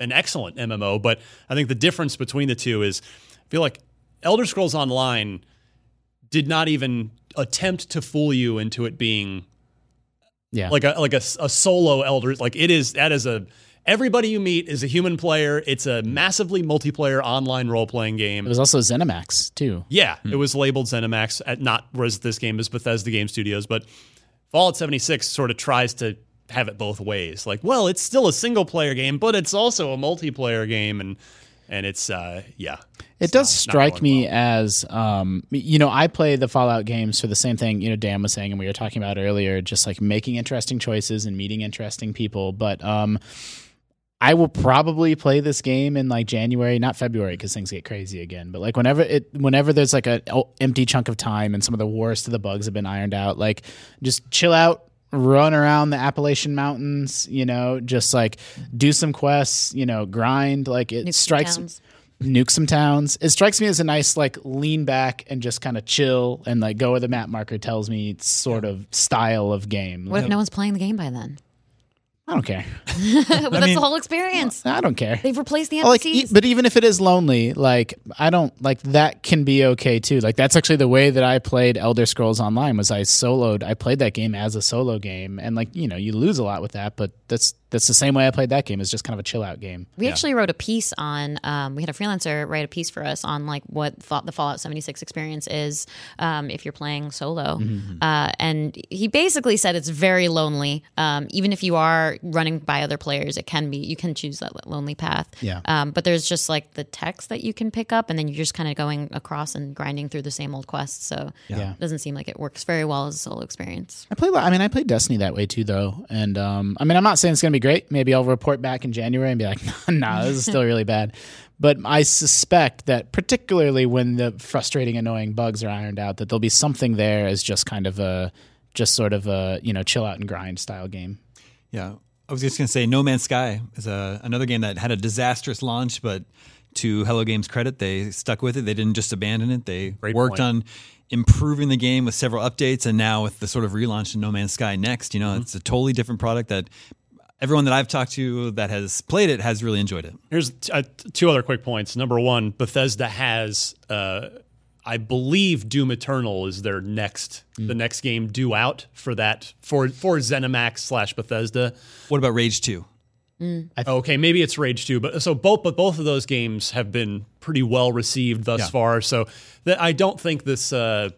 F: an excellent MMO. But I think the difference between the two is, I feel like Elder Scrolls Online did not even attempt to fool you into it being
D: Yeah.
F: like a like a, a solo elder like it is that is a everybody you meet is a human player it's a massively multiplayer online role-playing
D: It
F: game
D: was Hmm. also Zenimax too.
F: yeah it was labeled zenimax at not whereas this game is bethesda game studios but fallout 76 sort of tries to have it both ways like well it's still a single player game but it's also a multiplayer game and and it's uh yeah
D: It does
F: not- not
D: strike
F: going
D: me as, um, you know, I play the Fallout games for the same thing, you know, Dan was saying and we were talking about earlier, just like making interesting choices and meeting interesting people. But um, I will probably play this game in like January, not February, because things get crazy again. But like whenever it, whenever there's like an empty chunk of time and some of the worst of the bugs have been ironed out, like just chill out, run around the Appalachian Mountains, you know, just like do some quests, you know, grind. Like it
E: Nuke some
D: strikes
E: towns.
D: nuke some towns. It strikes me as a nice like lean back and just kind of chill and like go where the map marker tells me sort of style of game.
E: What if no one's playing the game by then?
D: I don't care.
E: but that's the whole experience.
D: I don't care.
E: They've replaced the NPCs.
D: like, e- but even if it is lonely, like I don't like that can be okay too. Like that's actually the way that I played Elder Scrolls Online was I soloed. I played that game as a solo game, and like you know you lose a lot with that, but that's that's the same way I played that game. It's just kind of a chill out game.
E: We actually wrote a piece on. Um, we had a freelancer write a piece for us on like what fa- the Fallout 76 experience is um, if you're playing solo,
D: Mm-hmm.
E: uh, and he basically said it's very lonely. Um, even if you are running by other players, it can be you can choose that lonely path.
D: Yeah.
E: Um, but there's just like the text that you can pick up, and then you're just kind of going across and grinding through the same old quests. So
D: Yeah.
E: it doesn't seem like it works very well as a solo experience.
D: I play. I mean, I play Destiny that way too, though. And um, I mean, I'm not saying it's going to be great. Maybe I'll report back in January and be like, "Nah, this is still really bad." But I suspect that, particularly when the frustrating, annoying bugs are ironed out, that there'll be something there as just kind of a, just sort of a you know, chill out and grind style game.
A: Yeah. I was just going to say No Man's Sky is a, another game that had a disastrous launch, but to Hello Games' credit, they stuck with it. They didn't just abandon it. They worked
F: point.
A: on improving the game with several updates, and now with the sort of relaunch of No Man's Sky next, you know, it's a totally different product that everyone that I've talked to that has played it has really enjoyed it.
F: Here's uh, t- two other quick points. Number one, Bethesda has, uh, I believe, Doom Eternal is their next, the next game due out for that for for ZeniMax slash Bethesda.
A: What about Rage 2?
F: Okay, maybe it's Rage 2, but so both but both of those games have been pretty well received thus
A: Yeah.
F: far. So that I don't think this uh,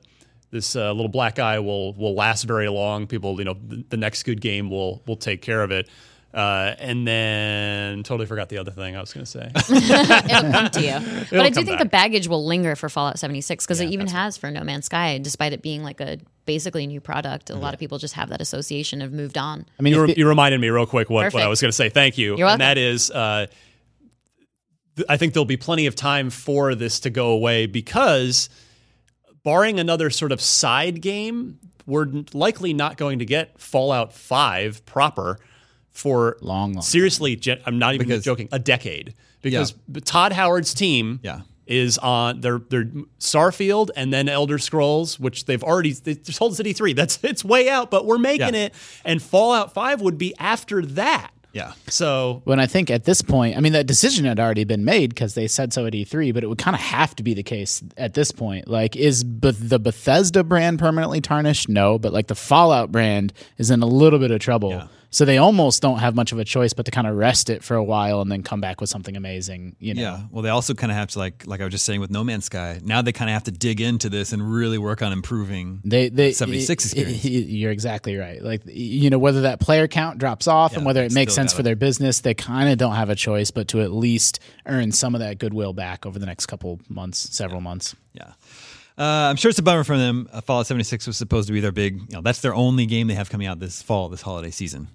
F: this uh, little black eye will will last very long. People, you know, the, the next good game will will take care of it. Uh, and then totally forgot the other thing I was going to say.
E: It'll come to you. but I do
F: come
E: think
F: back.
E: the baggage will linger for Fallout 76 because it even has for No Man's Sky, despite it being like a basically new product. A lot of people just have that association of moved on.
D: I mean,
F: you,
D: if
F: re-
D: it-
F: you reminded me real quick what, what I
E: Perfect.
F: was going to say. Thank you.
E: You're welcome.
F: and that is, uh, th- I think there'll be plenty of time for this to go away because, barring another sort of side game, we're n- likely not going to get Fallout 5 proper for
D: Long, long
F: Seriously, gen- I'm not even
A: Because-
F: joking. A decade because b- Todd Howard's team
A: Yeah.
F: is on their their Starfield and then Elder Scrolls, which they've already they just Hold City three. That's it's way out, but we're making
A: Yeah.
F: it. And Fallout five would be after that.
A: Yeah.
F: So
D: when I think at this point, I mean, that decision had already been made because they said so at E3, but it would kind of have to be the case at this point. Like, is Beth- the Bethesda brand permanently tarnished? No, but like the Fallout brand is in a little bit of trouble So they almost don't have much of a choice but to kind of rest it for a while and then come back with something amazing. You know,
A: Yeah. Well, they also kind of have to like like I was just saying with No Man's Sky. Now they kind of have to dig into this and really work on improving.
D: they they
A: 76
D: i- i-
A: experience.
D: i- you're exactly right. Like y- you know whether that player count drops off and
A: Yeah,
D: whether it makes
A: still
D: sense for
A: gotta-
D: their business, they kind of don't have a choice but to at least earn some of that goodwill back over the next couple months, several months.
A: yeah. Uh, I'm sure it's a bummer for them. Uh, Fallout 76 was supposed to be their big, you know, that's their only game they have coming out this fall, this holiday season.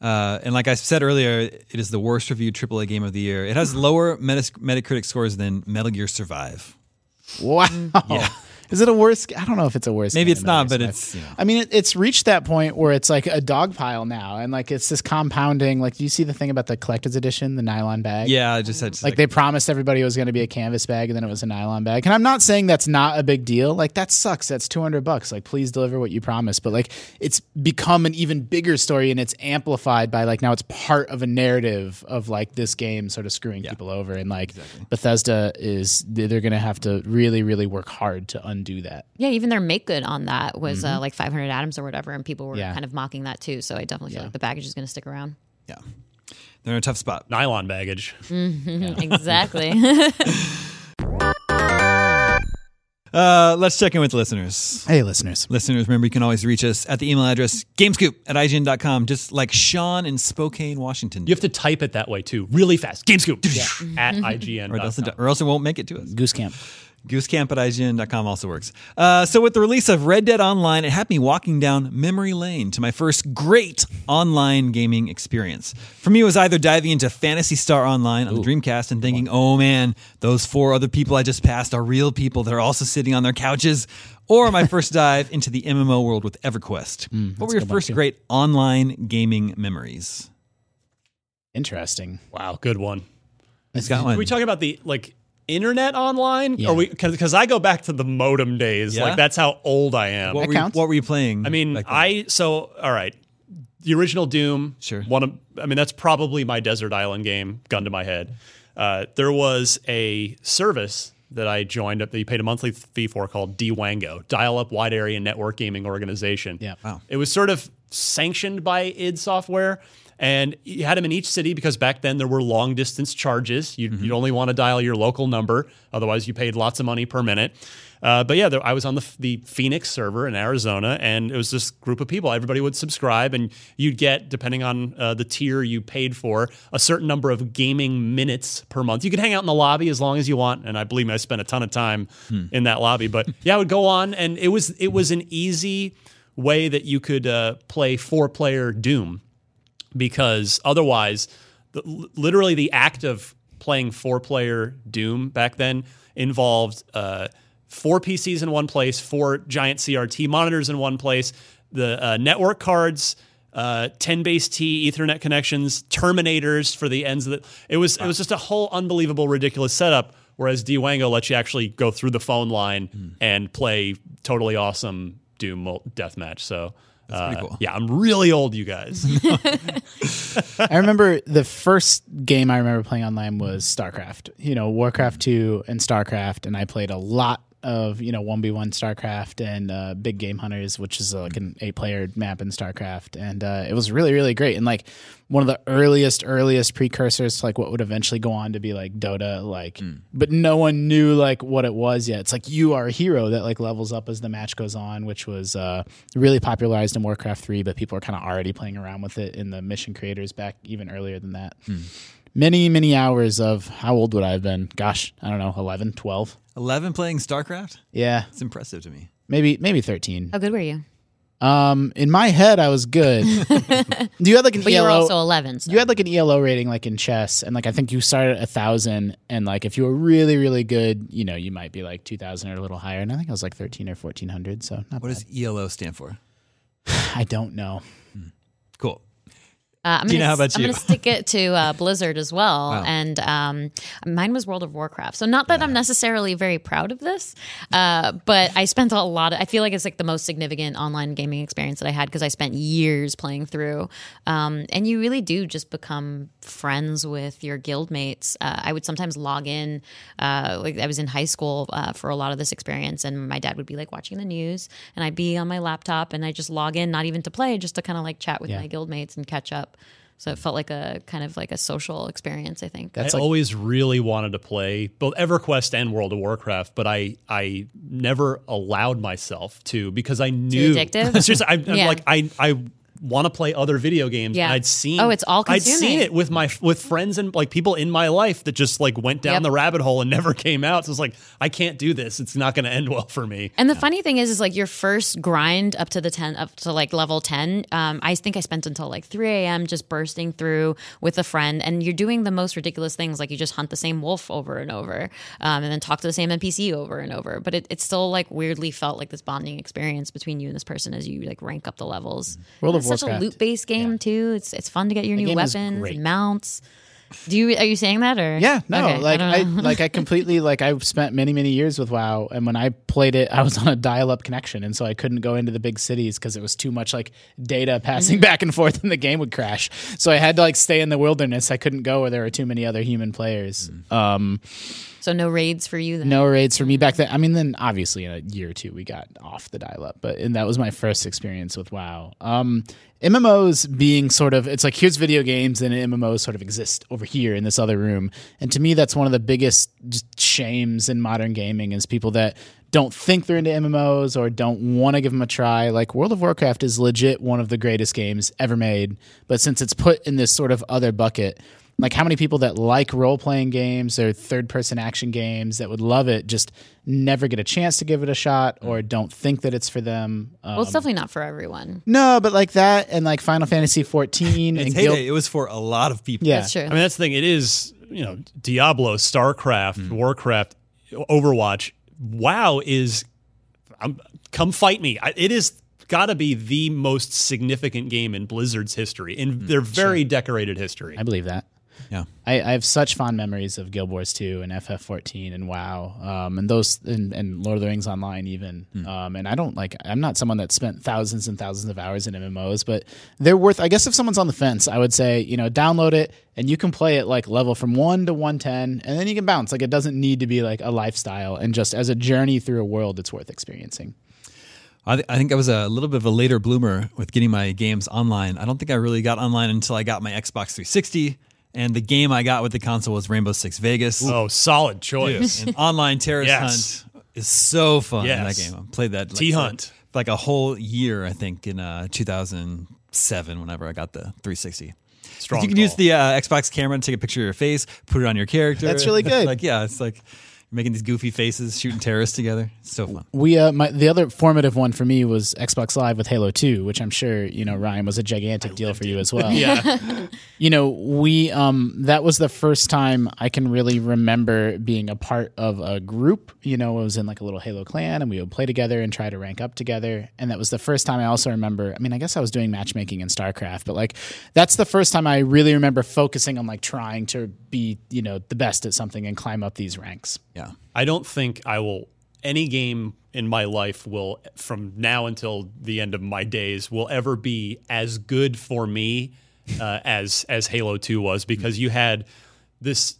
A: Uh, and like I said earlier, it is the worst reviewed AAA game of the year. It has lower metas- Metacritic scores than Metal Gear Survive.
D: Wow. Is it a worse? I don't know if it's a worse.
A: Mm-hmm. Maybe
D: game
A: it's
D: than
A: not, but
D: Ice Knife.
A: it's, you know.
D: I mean, it, it's reached that point where it's like a dog pile now, and like it's this compounding. Like, do you see the thing about the collector's edition, the nylon bag?
A: Yeah, I just had to,
D: Like, they promised everybody it was going to be a canvas bag, and then it was a nylon bag. And I'm not saying that's not a big deal. Like that sucks. That's 200 bucks. Like, please deliver what you promised. But like, it's become an even bigger story, and it's amplified by like now it's part of a narrative of like this game sort of screwing people over, and like Bethesda is they're going to have to really, really work hard to undo that.
E: Yeah, even their make good on that was uh, like 500 atoms or whatever, and people were
D: Yeah.
E: kind of mocking that too. So I definitely feel like the baggage is going to stick around.
A: yeah. They're in a tough spot.
F: Nylon baggage.
E: exactly.
A: Uh, let's check in with the listeners.
D: Hey, listeners.
A: Listeners, remember you can always reach us at the email address gamescoop at IGN.com, just like Sean in Spokane, Washington.
F: You have to type it that way too, really fast. Game scoop at IGN.
A: or, else it, or else it won't make it to us.
D: Goose Camp.
A: Goosecamp at IGN.com also works. Uh, so, with the release of Red Dead Online, it had me walking down memory lane to my first great online gaming experience. For me, it was either diving into Fantasy Star Online on the Dreamcast and thinking, oh man, those four other people I just passed are real people that are also sitting on their couches, or my first dive into the MMO world with EverQuest.
F: Mm,
A: what were your first great online gaming memories?
D: Interesting.
F: Wow, good one.
A: Who's got one?
F: Are we talking about the like internet online?
D: Yeah.
F: Are we because I go back to the modem days.
A: Yeah?
F: Like that's how old I am.
A: what,
D: That
A: were you,
D: counts.
A: what were you playing?
F: I mean,
A: back then?
F: I so all right. The original Doom.
A: Sure.
F: One of I mean that's probably my desert island game. Gun to my head. Uh, there was a service that I joined up that you paid a monthly fee for called DWango, Dial Up Wide Area Network Gaming Organization.
D: Yeah.
A: Wow.
F: It was sort of sanctioned by id Software, and you had them in each city because back then there were long distance charges. You'd, you'd only want to dial your local number, otherwise you paid lots of money per minute. Uh, but yeah, there, I was on the, f- the Phoenix server in Arizona, and it was this group of people. Everybody would subscribe, and you'd get, depending on uh, the tier you paid for, a certain number of gaming minutes per month. You could hang out in the lobby as long as you want, and I believe me, I spent a ton of time in that lobby. But yeah, I would go on, and it was it was an easy way that you could uh, play four player Doom because otherwise, the, li- literally the act of playing four player Doom back then involved uh, four PCs in one place, four giant CRT monitors in one place, the uh, network cards. Uh, 10 base T Ethernet connections, terminators for the ends of the. It was it was just a whole unbelievable, ridiculous setup. Whereas Dwango lets you actually go through the phone line and play totally awesome Doom mul- deathmatch. So uh,
A: cool.
F: yeah, I'm really old, you guys.
D: I remember the first game I remember playing online was StarCraft. You know, Warcraft 2 and StarCraft, and I played a lot of, you know, 1v1 StarCraft and uh, Big Game Hunters, which is uh, like an eight player map in StarCraft. And uh, it was really, really great. And like one of the earliest, earliest precursors to like what would eventually go on to be like Dota, like, but no one knew like what it was yet. It's like you are a hero that like levels up as the match goes on, which was uh, really popularized in Warcraft 3, but people are kind of already playing around with it in the mission creators back even earlier than that. Many, many hours of how old would I have been? Gosh, I don't know, 11, 12?
A: 11 playing StarCraft?
D: Yeah,
A: It's impressive to me.
D: maybe maybe 13.
E: How good were you?
D: Um, in my head, I was good. you had like an
E: But you were
D: ELO
E: also 11. So. uh,
D: you had like an ELO rating like in chess, and like I think you started at a thousand, and like if you were really really good, you know you might be like two thousand or a little higher. And I think I was like thirteen or fourteen hundred, so
A: E
D: not
A: What does ELO stand for?
D: bad. I don't know.
A: Cool.
E: Uh, I'm
F: Gina,
E: gonna,
F: how about
E: I'm
F: you?
E: gonna stick it to uh, Blizzard as well, and um, mine was World of Warcraft. So not that I'm necessarily very proud of this, uh, but I spent a lot. Of, I feel like it's like the most significant online gaming experience that I had because I spent years playing through, um, and you really do just become friends with your guildmates. Uh, I would sometimes log in, uh, like I was in high school uh, for a lot of this experience, and my dad would be like watching the news, and I'd be on my laptop, and I just log in, not even to play, just to kind of like chat with my guildmates and catch up. So it felt like a kind of like a social experience. I think
D: That's
F: I
D: like
F: always really wanted to play both EverQuest and World of Warcraft, but I I never allowed myself to because I knew
E: addictive?
F: Seriously, I'm, I'm
E: Yeah.
F: like I I want to play other video games.
E: Yeah.
F: and I'd seen
E: Oh, it's all
F: I'd seen
E: consuming.
F: it with my with friends and like people in my life that just like went down
E: Yep.
F: the rabbit hole and never came out. So it's like I can't do this. It's not going to end well for me.
E: And the funny thing is, is like your first grind up to the ten, up to like level ten. Um, I think I spent until like three a.m. just bursting through with a friend, and you're doing the most ridiculous things, like you just hunt the same wolf over and over, um, and then talk to the same NPC over and over. But it, it still like weirdly felt like this bonding experience between you and this person as you like rank up the levels.
D: Mm-hmm. World
E: And
D: of
E: it's such a
D: Warcraft.
E: loot based game too. It's it's fun to get your new
D: game is
E: weapons
D: great.
E: and mounts. Do you are you saying that or
D: Yeah, no,
E: Okay,
D: like
E: don't
D: I,
E: know.
D: like I completely like I spent many many years with WoW, and when I played it, I was on a dial-up connection, and so I couldn't go into the big cities because it was too much like data passing back and forth, and the game would crash. So I had to like stay in the wilderness. I couldn't go where there were too many other human players. Um,
E: so no raids for you then.
D: no raids for me back then. I mean, then obviously in a year or two we got off the dial up, but and that was my first experience with WoW. Um, MMOs being sort of it's like here's video games and MMOs sort of exist over here in this other room, and to me that's one of the biggest just shames in modern gaming is people that don't think they're into MMOs or don't want to give them a try. Like World of Warcraft is legit one of the greatest games ever made, but since it's put in this sort of other bucket like how many people that like role playing games or third person action games that would love it just never get a chance to give it a shot or don't think that it's for them. Um,
E: Well, it's definitely not for everyone.
D: no, but like that and like Final Fantasy 14 and
A: It's
D: Guild.
A: heyday, it was for a lot of people.
D: Yeah.
E: That's true.
F: I mean, that's the thing. It is, you know, Diablo, StarCraft,
A: Mm.
F: Warcraft, Overwatch. WoW is, um, come fight me. I, it is got to be the most significant game in Blizzard's history, in
A: Mm,
F: their very decorated history.
D: I believe that.
A: Yeah.
D: I, I have such fond memories of Guild Wars 2 and FF14 and WoW um, and those and, and Lord of the Rings Online even. Um, and I don't like I'm not someone that spent thousands and thousands of hours in MMOs, but they're worth. I guess if someone's on the fence, I would say you know download it and you can play it like level from one to one ten, and then you can bounce. Like it doesn't need to be like a lifestyle, and just as a journey through a world, it's worth experiencing.
A: I, th- I think I was a little bit of a later bloomer with getting my games online. I don't think I really got online until I got my Xbox 360, and the game I got with the console was Rainbow Six Vegas.
F: Oh, solid choice.
A: And online terrorist
F: Yes.
A: hunt is so fun.
F: Yes.
A: That game, I played that like,
F: T-Hunt.
A: for- like a whole year, I think, in uh, 2007. Whenever I got the 360.
F: Strong
A: You can
F: call.
A: use the uh, Xbox camera and take a picture of your face, put it on your character.
D: That's really good.
A: like, yeah, it's like making these goofy faces, shooting terrorists together. It's so fun.
D: We uh, my, the other formative one for me was Xbox Live with Halo Two, which I'm sure you know Ryan was a gigantic deal for you as well.
F: yeah.
D: you know we um that was the first time i can really remember being a part of a group you know i was in like a little halo clan and we would play together and try to rank up together and that was the first time i also remember i mean i guess i was doing matchmaking in starcraft but like that's the first time i really remember focusing on like trying to be you know the best at something and climb up these ranks
A: Yeah.
F: I don't think I will any game in my life will from now until the end of my days will ever be as good for me uh, as as Halo 2 was because you had this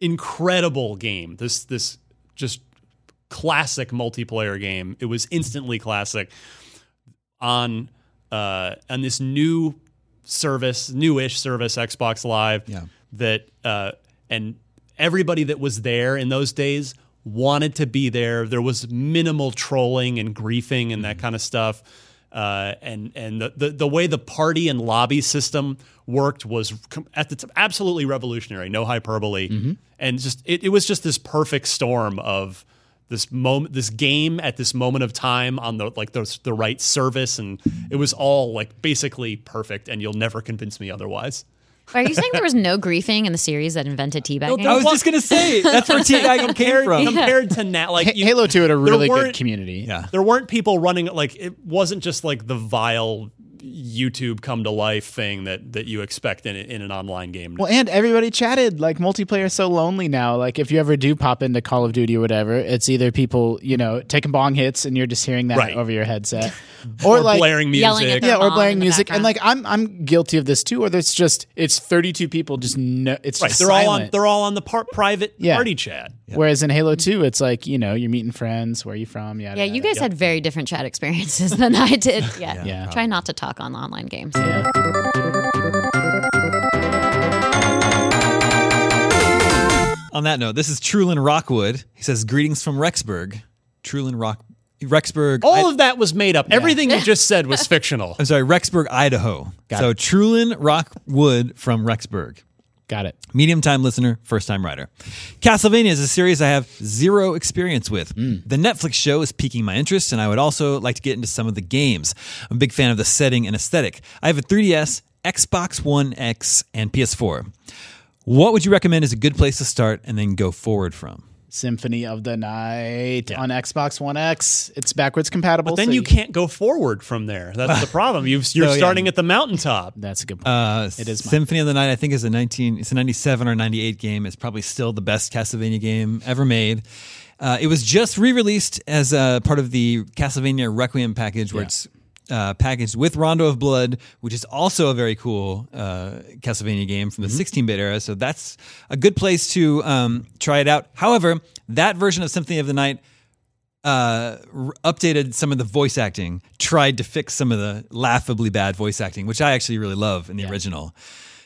F: incredible game this this just classic multiplayer game it was instantly classic on uh, on this new service, newish service, Xbox Live.
A: Yeah.
F: That uh, and everybody that was there in those days wanted to be there. There was minimal trolling and griefing and that kind of stuff. Uh, and and the, the the way the party and lobby system worked was com- at the t- absolutely revolutionary, no hyperbole, and just it, it was just this perfect storm of this moment this game at this moment of time on the like the, the right service and it was all like basically perfect and you'll never convince me otherwise
E: Are you saying there was no griefing in the series that invented teabagging?
A: I was just gonna say that's where Teabagging came from.
F: compared to now like
D: Ha-
F: you,
D: halo 2 had a really good
F: weren't-
D: community
A: Yeah.
F: there weren't people running like it wasn't just like the vile YouTube come to life thing that that you expect in, a- in an online game.
D: Well, and everybody chatted like multiplayer is so lonely now. Like if you ever do pop into Call of Duty or whatever, it's either people you know taking bong hits and you're just hearing that
F: Right.
D: over your headset, or, like
F: blaring music.
E: yelling at
D: yeah,
E: Mom
D: or
E: in
D: playing
E: the
D: music. And
E: background.
D: like I'm I'm guilty of this too. Or there's just it's 32 people just no. It's
F: right,
D: just
F: they're all on
D: silent.
F: they're all on the par- private
D: Yeah.
F: party chat.
D: Whereas in Halo 2, it's like you know you're meeting friends. Where are you from? Yada,
E: Yeah,
D: yada.
E: you guys had very different chat experiences than I did. Yeah.
D: Yeah.
E: Try not to talk on online games.
A: On that note, this is Trulin Rockwood. He says, Greetings from Rexburg. Trulin Rock Rexburg.
D: Oh!
F: All of that was made up. Everything you just said was fictional.
A: I'm sorry, Rexburg, Idaho. so Trulin Rockwood from Rexburg.
D: Got it.
A: Medium time listener, first time writer. Castlevania is a series I have zero experience with. The Netflix show is piquing my interest, and I would also like to get into some of the games. I'm a big fan of the setting and aesthetic. I have a 3DS, Xbox One X, and PS4. What would you recommend is a good place to start and then go forward from?
D: Symphony of the Night on Xbox One X. It's backwards compatible.
F: But then
D: so
F: you can't go forward from there. That's the problem. You've, you're
A: yeah.
F: starting at the mountaintop.
D: That's a good point.
A: Uh, it
D: is mine.
A: Symphony of the Night. I think is a nineteen. It's a ninety-seven or ninety-eight game. It's probably still the best Castlevania game ever made. Uh, it was just re-released as a part of the Castlevania Requiem package, where it's uh, packaged with Rondo of Blood, which is also a very cool uh, Castlevania game from the 16-bit era. So that's a good place to um, try it out. However, that version of Symphony of the Night uh, r- updated some of the voice acting, tried to fix some of the laughably bad voice acting, which I actually really love in the original.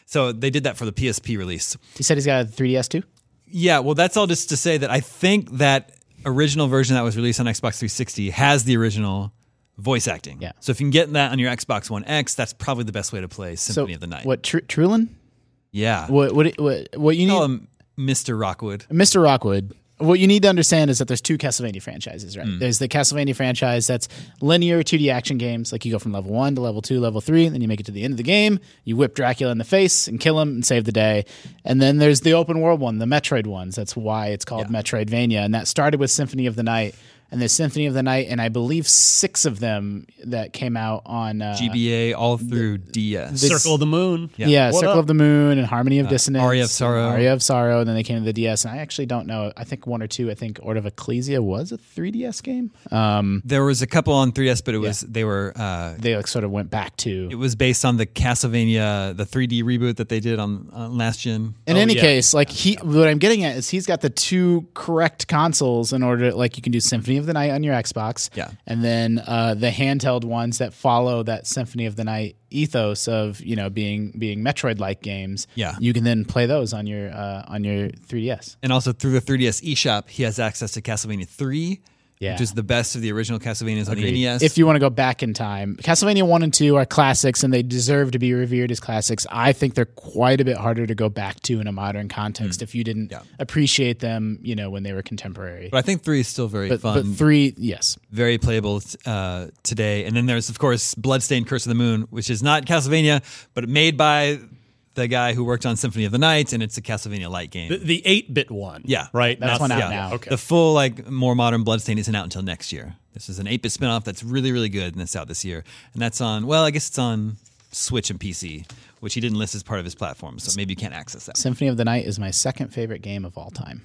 A: So they did that for the PSP release.
D: he said he's got a 3DS too.
A: Yeah, well, that's all just to say that I think that original version that was released on Xbox 360 has the original voice acting.
D: Yeah.
A: So if you can get that on your Xbox One X, that's probably the best way to play Symphony of the Night.
D: What tr- Trulin?
A: Yeah.
D: What what what, what you Uh, need?
A: Call him Mr. Rockwood.
D: Mr. Rockwood, what you need to understand is that there's two Castlevania franchises, right? There's the Castlevania franchise that's linear 2D action games, like you go from level one to level two, level three, and then you make it to the end of the game. You whip Dracula in the face and kill him and save the day. And then there's the open world one, the Metroid ones. That's why it's called Metroidvania, and that started with Symphony of the Night. And there's Symphony of the Night, and I believe six of them that came out on uh,
A: GBA all through DS.
F: Circle of the moon.
A: Yeah. Uh,
D: yeah,
F: What
D: Circle
F: up?
D: of the Moon and Harmony of Dissonance.
A: Aria of
D: and
A: Sorrow.
D: Aria of Sorrow. And then they came to the DS. And I actually don't know. I think one or two. I think Order of Ecclesia was a 3DS game. Um,
A: there was a couple on 3DS, but it was they were uh,
D: they like sort of went back
A: It
D: to.
A: was based on the Castlevania, the 3D reboot that they did on, on last gen.
D: In any
F: yeah.
D: case, like he, what I'm getting at is he's got the two correct consoles in order. Like you can do Symphony of the Night on your Xbox,
A: Yeah.
D: and then uh, the handheld ones that follow that Symphony of the Night ethos of you know being being Metroid-like games.
A: Yeah.
D: you can then play those on your uh, on your 3DS.
A: And also through the 3DS eShop, he has access to Castlevania 3,
D: Yeah.
A: which is the best of the original Castlevanias on the E NES.
D: If you want to go back in time, Castlevania 1 and 2 are classics and they deserve to be revered as classics. I think they're quite a bit harder to go back to in a modern
A: Hmm.
D: context if you didn't appreciate them, you know, when they were contemporary.
A: but I think 3 is still very
D: But, but
A: fun,
D: 3, yes.
A: very playable uh, today. And then there's, of course, Bloodstained Curse of the Moon, which is not Castlevania, but made by the guy who worked on Symphony of the Night, and it's a Castlevania light game.
F: The- The eight bit one.
A: Yeah.
F: Right?
D: That's
F: Not-
D: one out
F: yeah,
D: now.
F: Okay.
A: The full, like, more modern Bloodstained isn't out until next year. This is an 8 bit spinoff that's really, really good, and it's out this year. And that's on, well, I guess it's on Switch and PC, which he didn't list as part of his platform, so maybe you can't access that.
D: Symphony of the Night is my second favorite game of all time.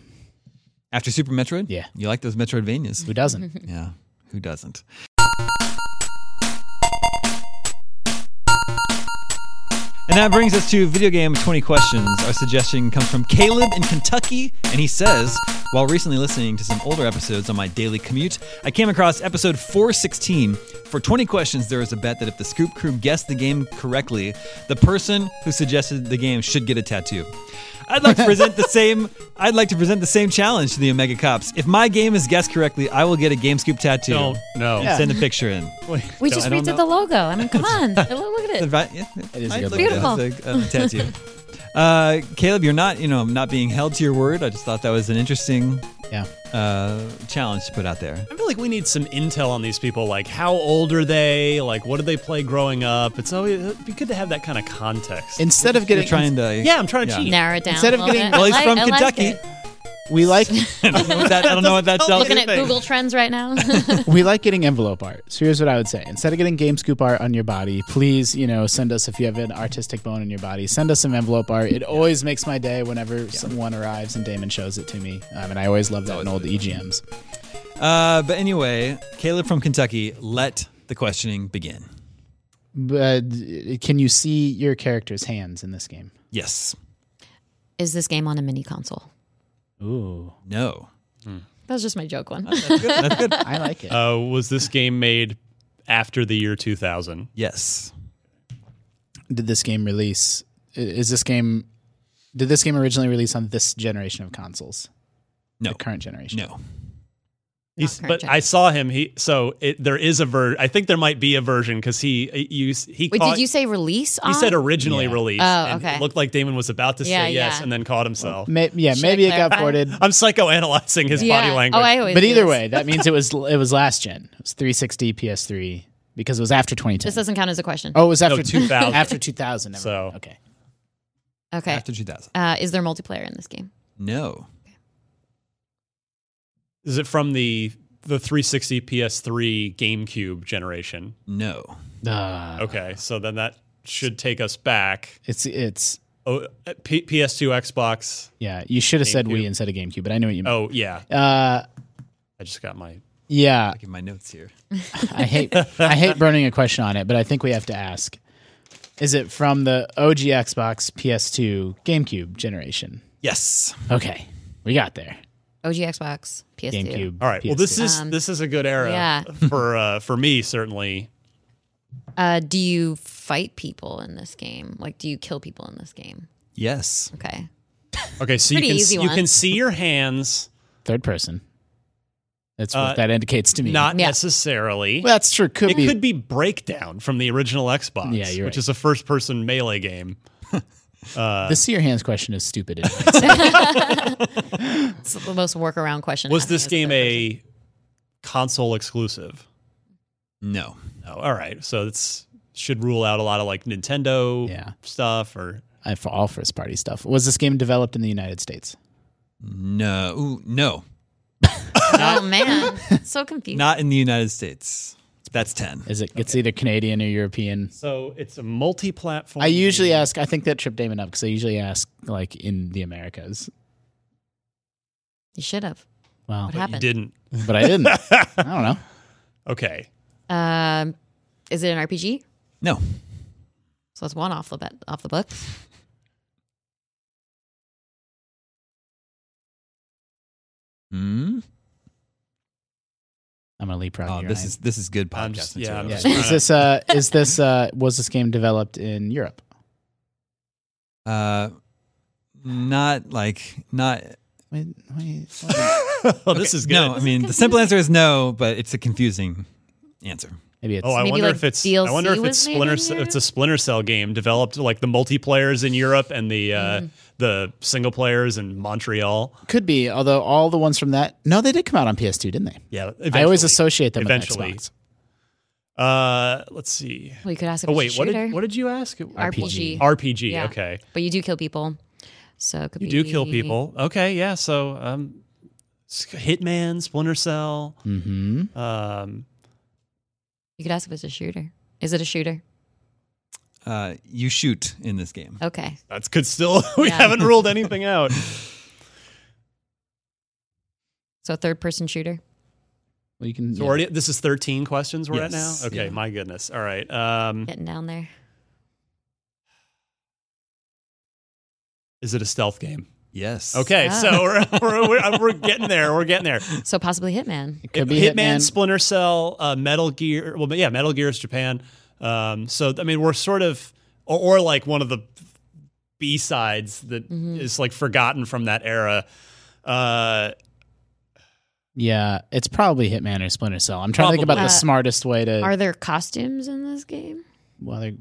A: After Super Metroid?
D: Yeah.
A: You like those Metroidvanias?
D: Who doesn't?
A: yeah. Who doesn't? And that brings us to video game 20 questions. Our suggestion comes from Caleb in Kentucky, and he says, While recently listening to some older episodes on my daily commute, I came across episode 416. For 20 questions, there is a bet that if the Scoop Crew guessed the game correctly, the person who suggested the game should get a tattoo. I'd like to present the same. I'd like to present the same challenge to the Omega Cops. If my game is guessed correctly, I will get a Game Scoop tattoo.
F: Don't. No.
A: And Send a picture in.
E: We just
A: don't
E: redid
A: know.
E: the logo. I mean, come on. Look look at
A: The
E: it.
A: vi- yeah,
D: is a
A: might
D: good
A: look
E: Beautiful.
A: good as a- as a tattoo. Uh, Caleb, you're not, you know, not being held to your word. I just thought that was an interesting
D: Yeah.
A: uh, challenge to put out there.
F: I feel like we need some intel on these people. Like, how old are they? Like, what did they play growing up? It's always it'd be good to have that kind of context.
D: Instead of getting
A: You're trying to,
F: yeah, I'm trying to cheat.
E: Narrow it down.
D: Instead
E: a
D: of
E: little
D: getting-
E: bit.
A: Well,
E: I
A: he's
E: like-
A: from
E: I like
A: Kentucky.
E: it.
D: We like
A: I don't know what that, I don't know what that tells
E: Looking
A: you.
E: at Google Trends right now.
D: we like getting envelope art. So here's what I would say: instead of getting Game Scoop art on your body, please, you know, send us if you have an artistic bone in your body. Send us some envelope art. It always makes my day whenever someone arrives and Damon shows it to me, um, and I always love that in old E EGMs.
A: Uh, but anyway, Caleb from Kentucky, let the questioning begin.
D: But uh, can you see your character's hands in this game?
A: Yes.
E: Is this game on a mini console?
D: Ooh,
A: No.
E: That was just my joke one.
D: I like it.
F: Uh, was this game made after the year 2000?
A: Yes.
D: did this game release? i- Is this game? Did this game originally release on this generation of consoles?
A: No.
D: The current generation.
A: No.
F: He's,
E: current
F: but
E: gen.
F: I saw him. He so it, there is a ver. I think there might be a version because he uh, you he
E: Wait,
F: caught,
E: did you say release on?
F: he said originally released.
E: Oh,
F: and
E: okay.
F: It looked like Damon was about to
E: Yeah,
F: say yes
E: yeah.
F: and then caught himself.
D: May- yeah,
E: Should I
D: maybe it got
E: clarify?
D: ported.
F: I'm psychoanalyzing his
E: yeah.
F: body language.
E: Oh, I always
D: But
E: do
D: either
E: this.
D: way, that means it was it was last gen. It was 360, PS3, because it was after 2010.
E: This doesn't count as a question.
D: oh, it was after
F: 2000.
D: After 2000. Never
F: So-
D: mind. okay,
E: okay.
A: After 2000.
E: Uh, is there multiplayer in this game?
A: No.
F: Is it from the the 360 PS3 GameCube generation?
A: No.
D: uh,
F: Okay, so then that should take us back.
D: it's it's
F: Oh, P- PS2, Xbox.
D: yeah. You should have said
F: GameCube.
D: Wii instead of GameCube, but I know what you meant.
F: Oh yeah,
D: Uh,
F: I just got my.
D: yeah,
A: Give my notes here.
D: I hate I hate burning a question on it, but I think we have to ask: Is it from the OG Xbox, PS2, GameCube generation?
A: Yes.
D: Okay, we got there.
E: OG Xbox, PS2.
D: GameCube.
F: All right. Well, this
D: PS2.
F: is
E: Um,
F: this is a good era
E: yeah.
F: for uh, for me certainly.
E: Uh, do you fight people in this game? Like, do you kill people in this game?
A: Yes.
E: Okay.
F: Okay, so you
E: Pretty
F: can
E: easy
F: see, you
E: one.
F: can see your hands,
D: third person. That's what
F: Uh,
D: that indicates to me.
F: not
E: Yeah.
F: necessarily.
D: well, that's true. Could
F: it
D: be
F: could be Breakdown from the original Xbox,
D: Yeah, you're
F: which
D: right.
F: is a first-person melee game.
D: the see your hands question is stupid. anyway.
E: It's the most workaround question.
F: Was
E: I think
F: this
E: is
F: game
E: the-
F: a console exclusive?
A: No.
F: No. Oh, All right, so it's should rule out a lot of like Nintendo
D: Yeah.
F: stuff or
D: I- for all first party stuff. Was this game developed in the United States?
A: No. Ooh, no.
E: Oh, man. so confused.
A: Not in the United States. That's 10.
D: Is it? It's either Canadian or European.
F: so it's a multi-platform.
D: I usually
E: Mm.
D: ask. I think that tripped Damon up because I usually ask like in the Americas.
E: you should have.
D: Well,
E: What happened?
F: Oh, you didn't.
D: but I didn't. I don't know.
F: Okay,
E: Um, is it an RPG?
A: No.
E: So it's one off the bet, off the books.
A: Hmm?
D: I'm gonna leapfrog.
A: Oh,
D: you,
A: this
D: Ryan.
A: is this is good podcast
F: I'm just- yeah,
A: material.
F: I'm
D: Yeah.
F: just-
D: Is this uh is this uh was this game developed in Europe?
A: Uh, not like not.
D: Wait, wait, wait.
F: well, this is good.
A: No, I mean the simple answer is no, but it's a confusing answer.
D: Maybe it's
F: Oh, I
E: Maybe,
F: wonder
E: like,
F: if it's I
E: DLC
F: wonder if
E: was
F: it's
E: made
F: Splinter
E: in
F: Ce-
E: Europe?
F: it's a Splinter Cell game developed like the multiplayers in Europe and the uh, the single players in Montreal.
D: could be. Although all the ones from that, no, they did come out on PS2, didn't they?
F: Yeah,
D: I always
F: eventually.
D: associate them
F: Eventually.
D: with Xbox.
F: Uh, let's see.
E: Well, you could ask. If
F: Oh
E: it's a
F: wait, what
E: shooter.
F: did what did you ask?
E: RPG?
F: RPG.
E: Yeah.
F: Okay,
E: But you do kill people, so it could
F: you
E: be,
F: do kill people. Okay, yeah. So um, s- Hitman, Splinter Cell.
D: Mm-hmm.
F: Um,
E: You could ask if it's a shooter. Is it a shooter?
A: Uh, you shoot in this game.
E: Okay.
F: that's good. Still, we
E: Yeah.
F: haven't ruled anything out.
E: So third person shooter.
D: Well, you can.
F: So
D: yeah.
F: already, this is thirteen questions we're
A: Yes.
F: at now. Okay,
A: Yeah.
F: my goodness. All right. Um,
E: Getting down there.
F: is it a stealth game?
A: Yes.
F: Okay,
E: Ah.
F: so we're, we're, we're, we're getting there. We're getting there.
E: So possibly Hitman.
D: It could
F: Hit-
D: be
F: Hitman,
D: Hitman.
F: Splinter Cell, uh, Metal Gear. Well, but yeah, Metal Gear is Japan. Um, so I mean, we're sort of, or, or like one of the B sides that is
E: Mm-hmm.
F: like forgotten from that era. Uh,
D: yeah, it's probably Hitman or Splinter Cell. I'm trying to think about
F: Probably.
D: the
E: Uh,
D: smartest way to.
E: Are there costumes in this game?
D: well, they're-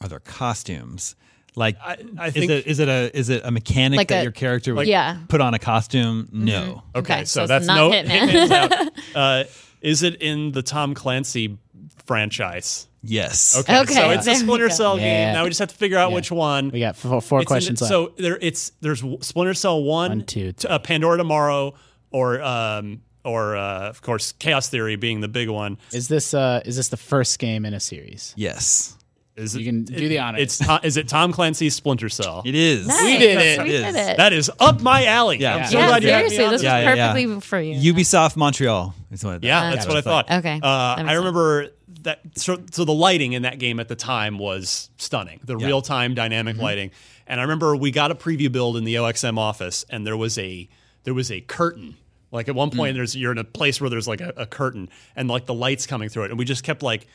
A: Are there costumes? Like,
F: I, I
A: is
F: think.
A: it is it a is it a mechanic
E: Like
A: that
E: a-
A: your character would
E: yeah. Mm-hmm.
A: put on a costume? No.
F: okay,
E: okay,
F: so,
E: so it's
F: that's
E: not
F: no.
E: Hitman.
F: Hitman's out. Uh, is it in the Tom Clancy franchise.
A: Yes.
F: Okay,
E: Okay,
F: so it's
E: there
F: a
E: we
F: Splinter
E: go.
F: Cell
D: Yeah.
F: game. Now we just have to figure out
D: Yeah.
F: which one.
D: We got four, four
F: It's in-
D: questions left.
F: So there, it's there's w- Splinter Cell one,
D: One, two,
F: t- uh, Pandora Tomorrow, or um, or uh, of course Chaos Theory being the big one.
D: Is this uh is this the first game in a series?
A: Yes.
F: Is
D: You can do the honors.
F: It's Tom, is it Tom Clancy's Splinter Cell?
A: It is.
E: Nice.
D: did it.
E: We
A: It
E: did
A: is.
E: it.
F: That is up my alley.
A: Yeah.
F: I'm
D: Yeah.
F: so
E: yeah,
F: glad you had me
E: seriously,
F: on
E: this was
F: that.
A: Yeah, yeah, yeah.
E: perfectly for you.
A: Ubisoft Montreal. That's what I thought.
F: Yeah, that's what I thought.
E: Okay,
F: Uh,
E: that makes
F: I remember that. So, so the lighting in that game at the time was stunning. The real time dynamic lighting, and I remember we got a preview build in the OXM office, and there was a there was a curtain. Like at one point, there's you're in a place where there's like a, a curtain, and like the lights coming through it, and we just kept like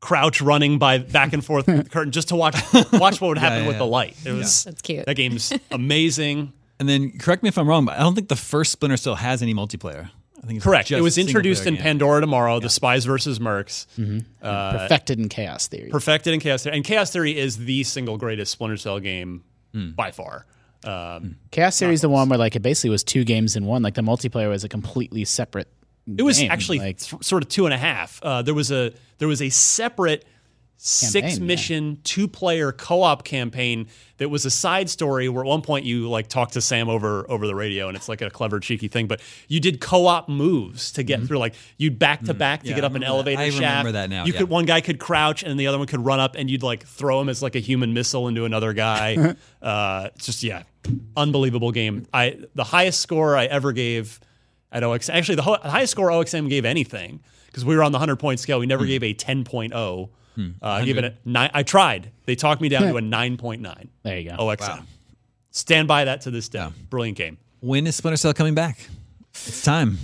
F: crouch running by back and forth the curtain just to watch watch what would happen with the light. It was
E: That's cute.
F: That game's amazing.
A: And then correct me if I'm wrong, but I don't think the first Splinter Cell has any multiplayer. I think it's
F: Correct.
A: just
F: It was
A: single
F: introduced
A: player
F: in
A: game.
F: Pandora Tomorrow, the Spies versus Mercs. uh,
D: Perfected in Chaos Theory.
F: perfected in Chaos Theory, and Chaos Theory is the single greatest Splinter Cell game
D: Hmm.
F: by far. Um,
D: Chaos Theory is the one where like it basically was two games in one. Like the multiplayer was a completely separate.
F: It was
D: game.
F: actually
D: like
F: th- sort of two and a half. Uh, there was a there was a separate six
D: yeah.
F: mission two player co op campaign that was a side story where at one point you like talk to Sam over over the radio and it's like a clever cheeky thing, but you did co op moves to
D: Mm-hmm.
F: get through like you'd back to back to
A: Yeah,
F: get
A: I
F: up an
A: remember that.
F: elevator
A: I
F: shaft.
A: remember that now,
F: You
A: yeah.
F: could one guy could crouch and the other one could run up and you'd like throw him as like a human missile into another guy. uh, it's just yeah, unbelievable game. I the highest score I ever gave at OX actually the ho- the highest score OXM gave anything because we were on the hundred point scale. We never
A: Hmm.
F: gave a 10.0. Uh, I gave it a nine. I tried. They talked me down to a nine point nine.
D: there you go.
F: OXM. Stand by that to this day. Brilliant game.
A: When is Splinter Cell coming back? It's time.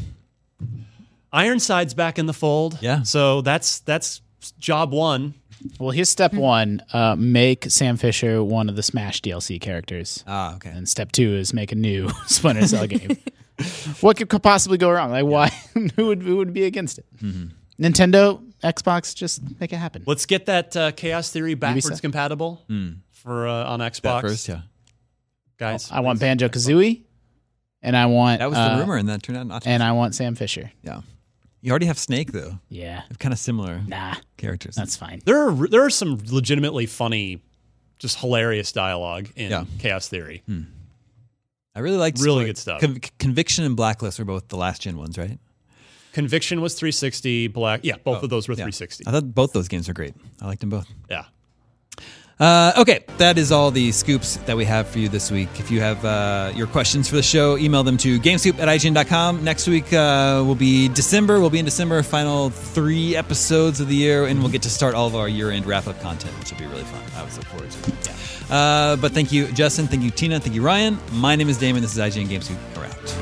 F: Ironside's back in the fold.
A: Yeah.
F: So that's that's job one.
D: Well, here's
F: Hmm.
D: step one: uh, make Sam Fisher one of the Smash DLC characters.
A: Ah, okay.
D: and step two is make a new Splinter Cell game. what could possibly go wrong? Like, why? who would who would be against it?
A: Mm-hmm.
D: Nintendo, Xbox, just make it happen.
F: Let's get that uh, Chaos Theory backwards compatible for uh,
A: Hmm.
F: on
A: That
F: Xbox,
A: first, yeah.
F: guys.
D: I want Banjo Kazooie, and I want
A: That was the
D: uh,
A: rumor, and that turned out not to.
D: and I want Sam Fisher.
A: yeah. You already have Snake though.
D: Yeah,
A: Kind of similar
D: nah,
A: characters.
D: that's fine.
F: there are there are some legitimately funny, just hilarious dialogue in
A: Yeah. Hmm.
F: Chaos Theory.
A: I really liked
F: Really good stuff.
A: Con- Conviction and Blacklist were both the last gen ones, right?
F: Conviction was 360. Black, yeah, both of those were
A: Oh, Yeah. Uh,
F: 360.
A: I thought both those games were great. I liked them both.
F: Yeah.
A: Uh, okay, that is all the scoops that we have for you this week. If you have uh, your questions for the show, email them to gamescoop at IGN.com. Next week uh, will be December. We'll be in December, final three episodes of the year, and we'll get to start all of our year end wrap up content, which will be really fun. I always look forward to it. Uh, but thank you, Justin. Thank you, Tina. Thank you, Ryan. My name is Damon. This is IGN Gamescoop. We're out.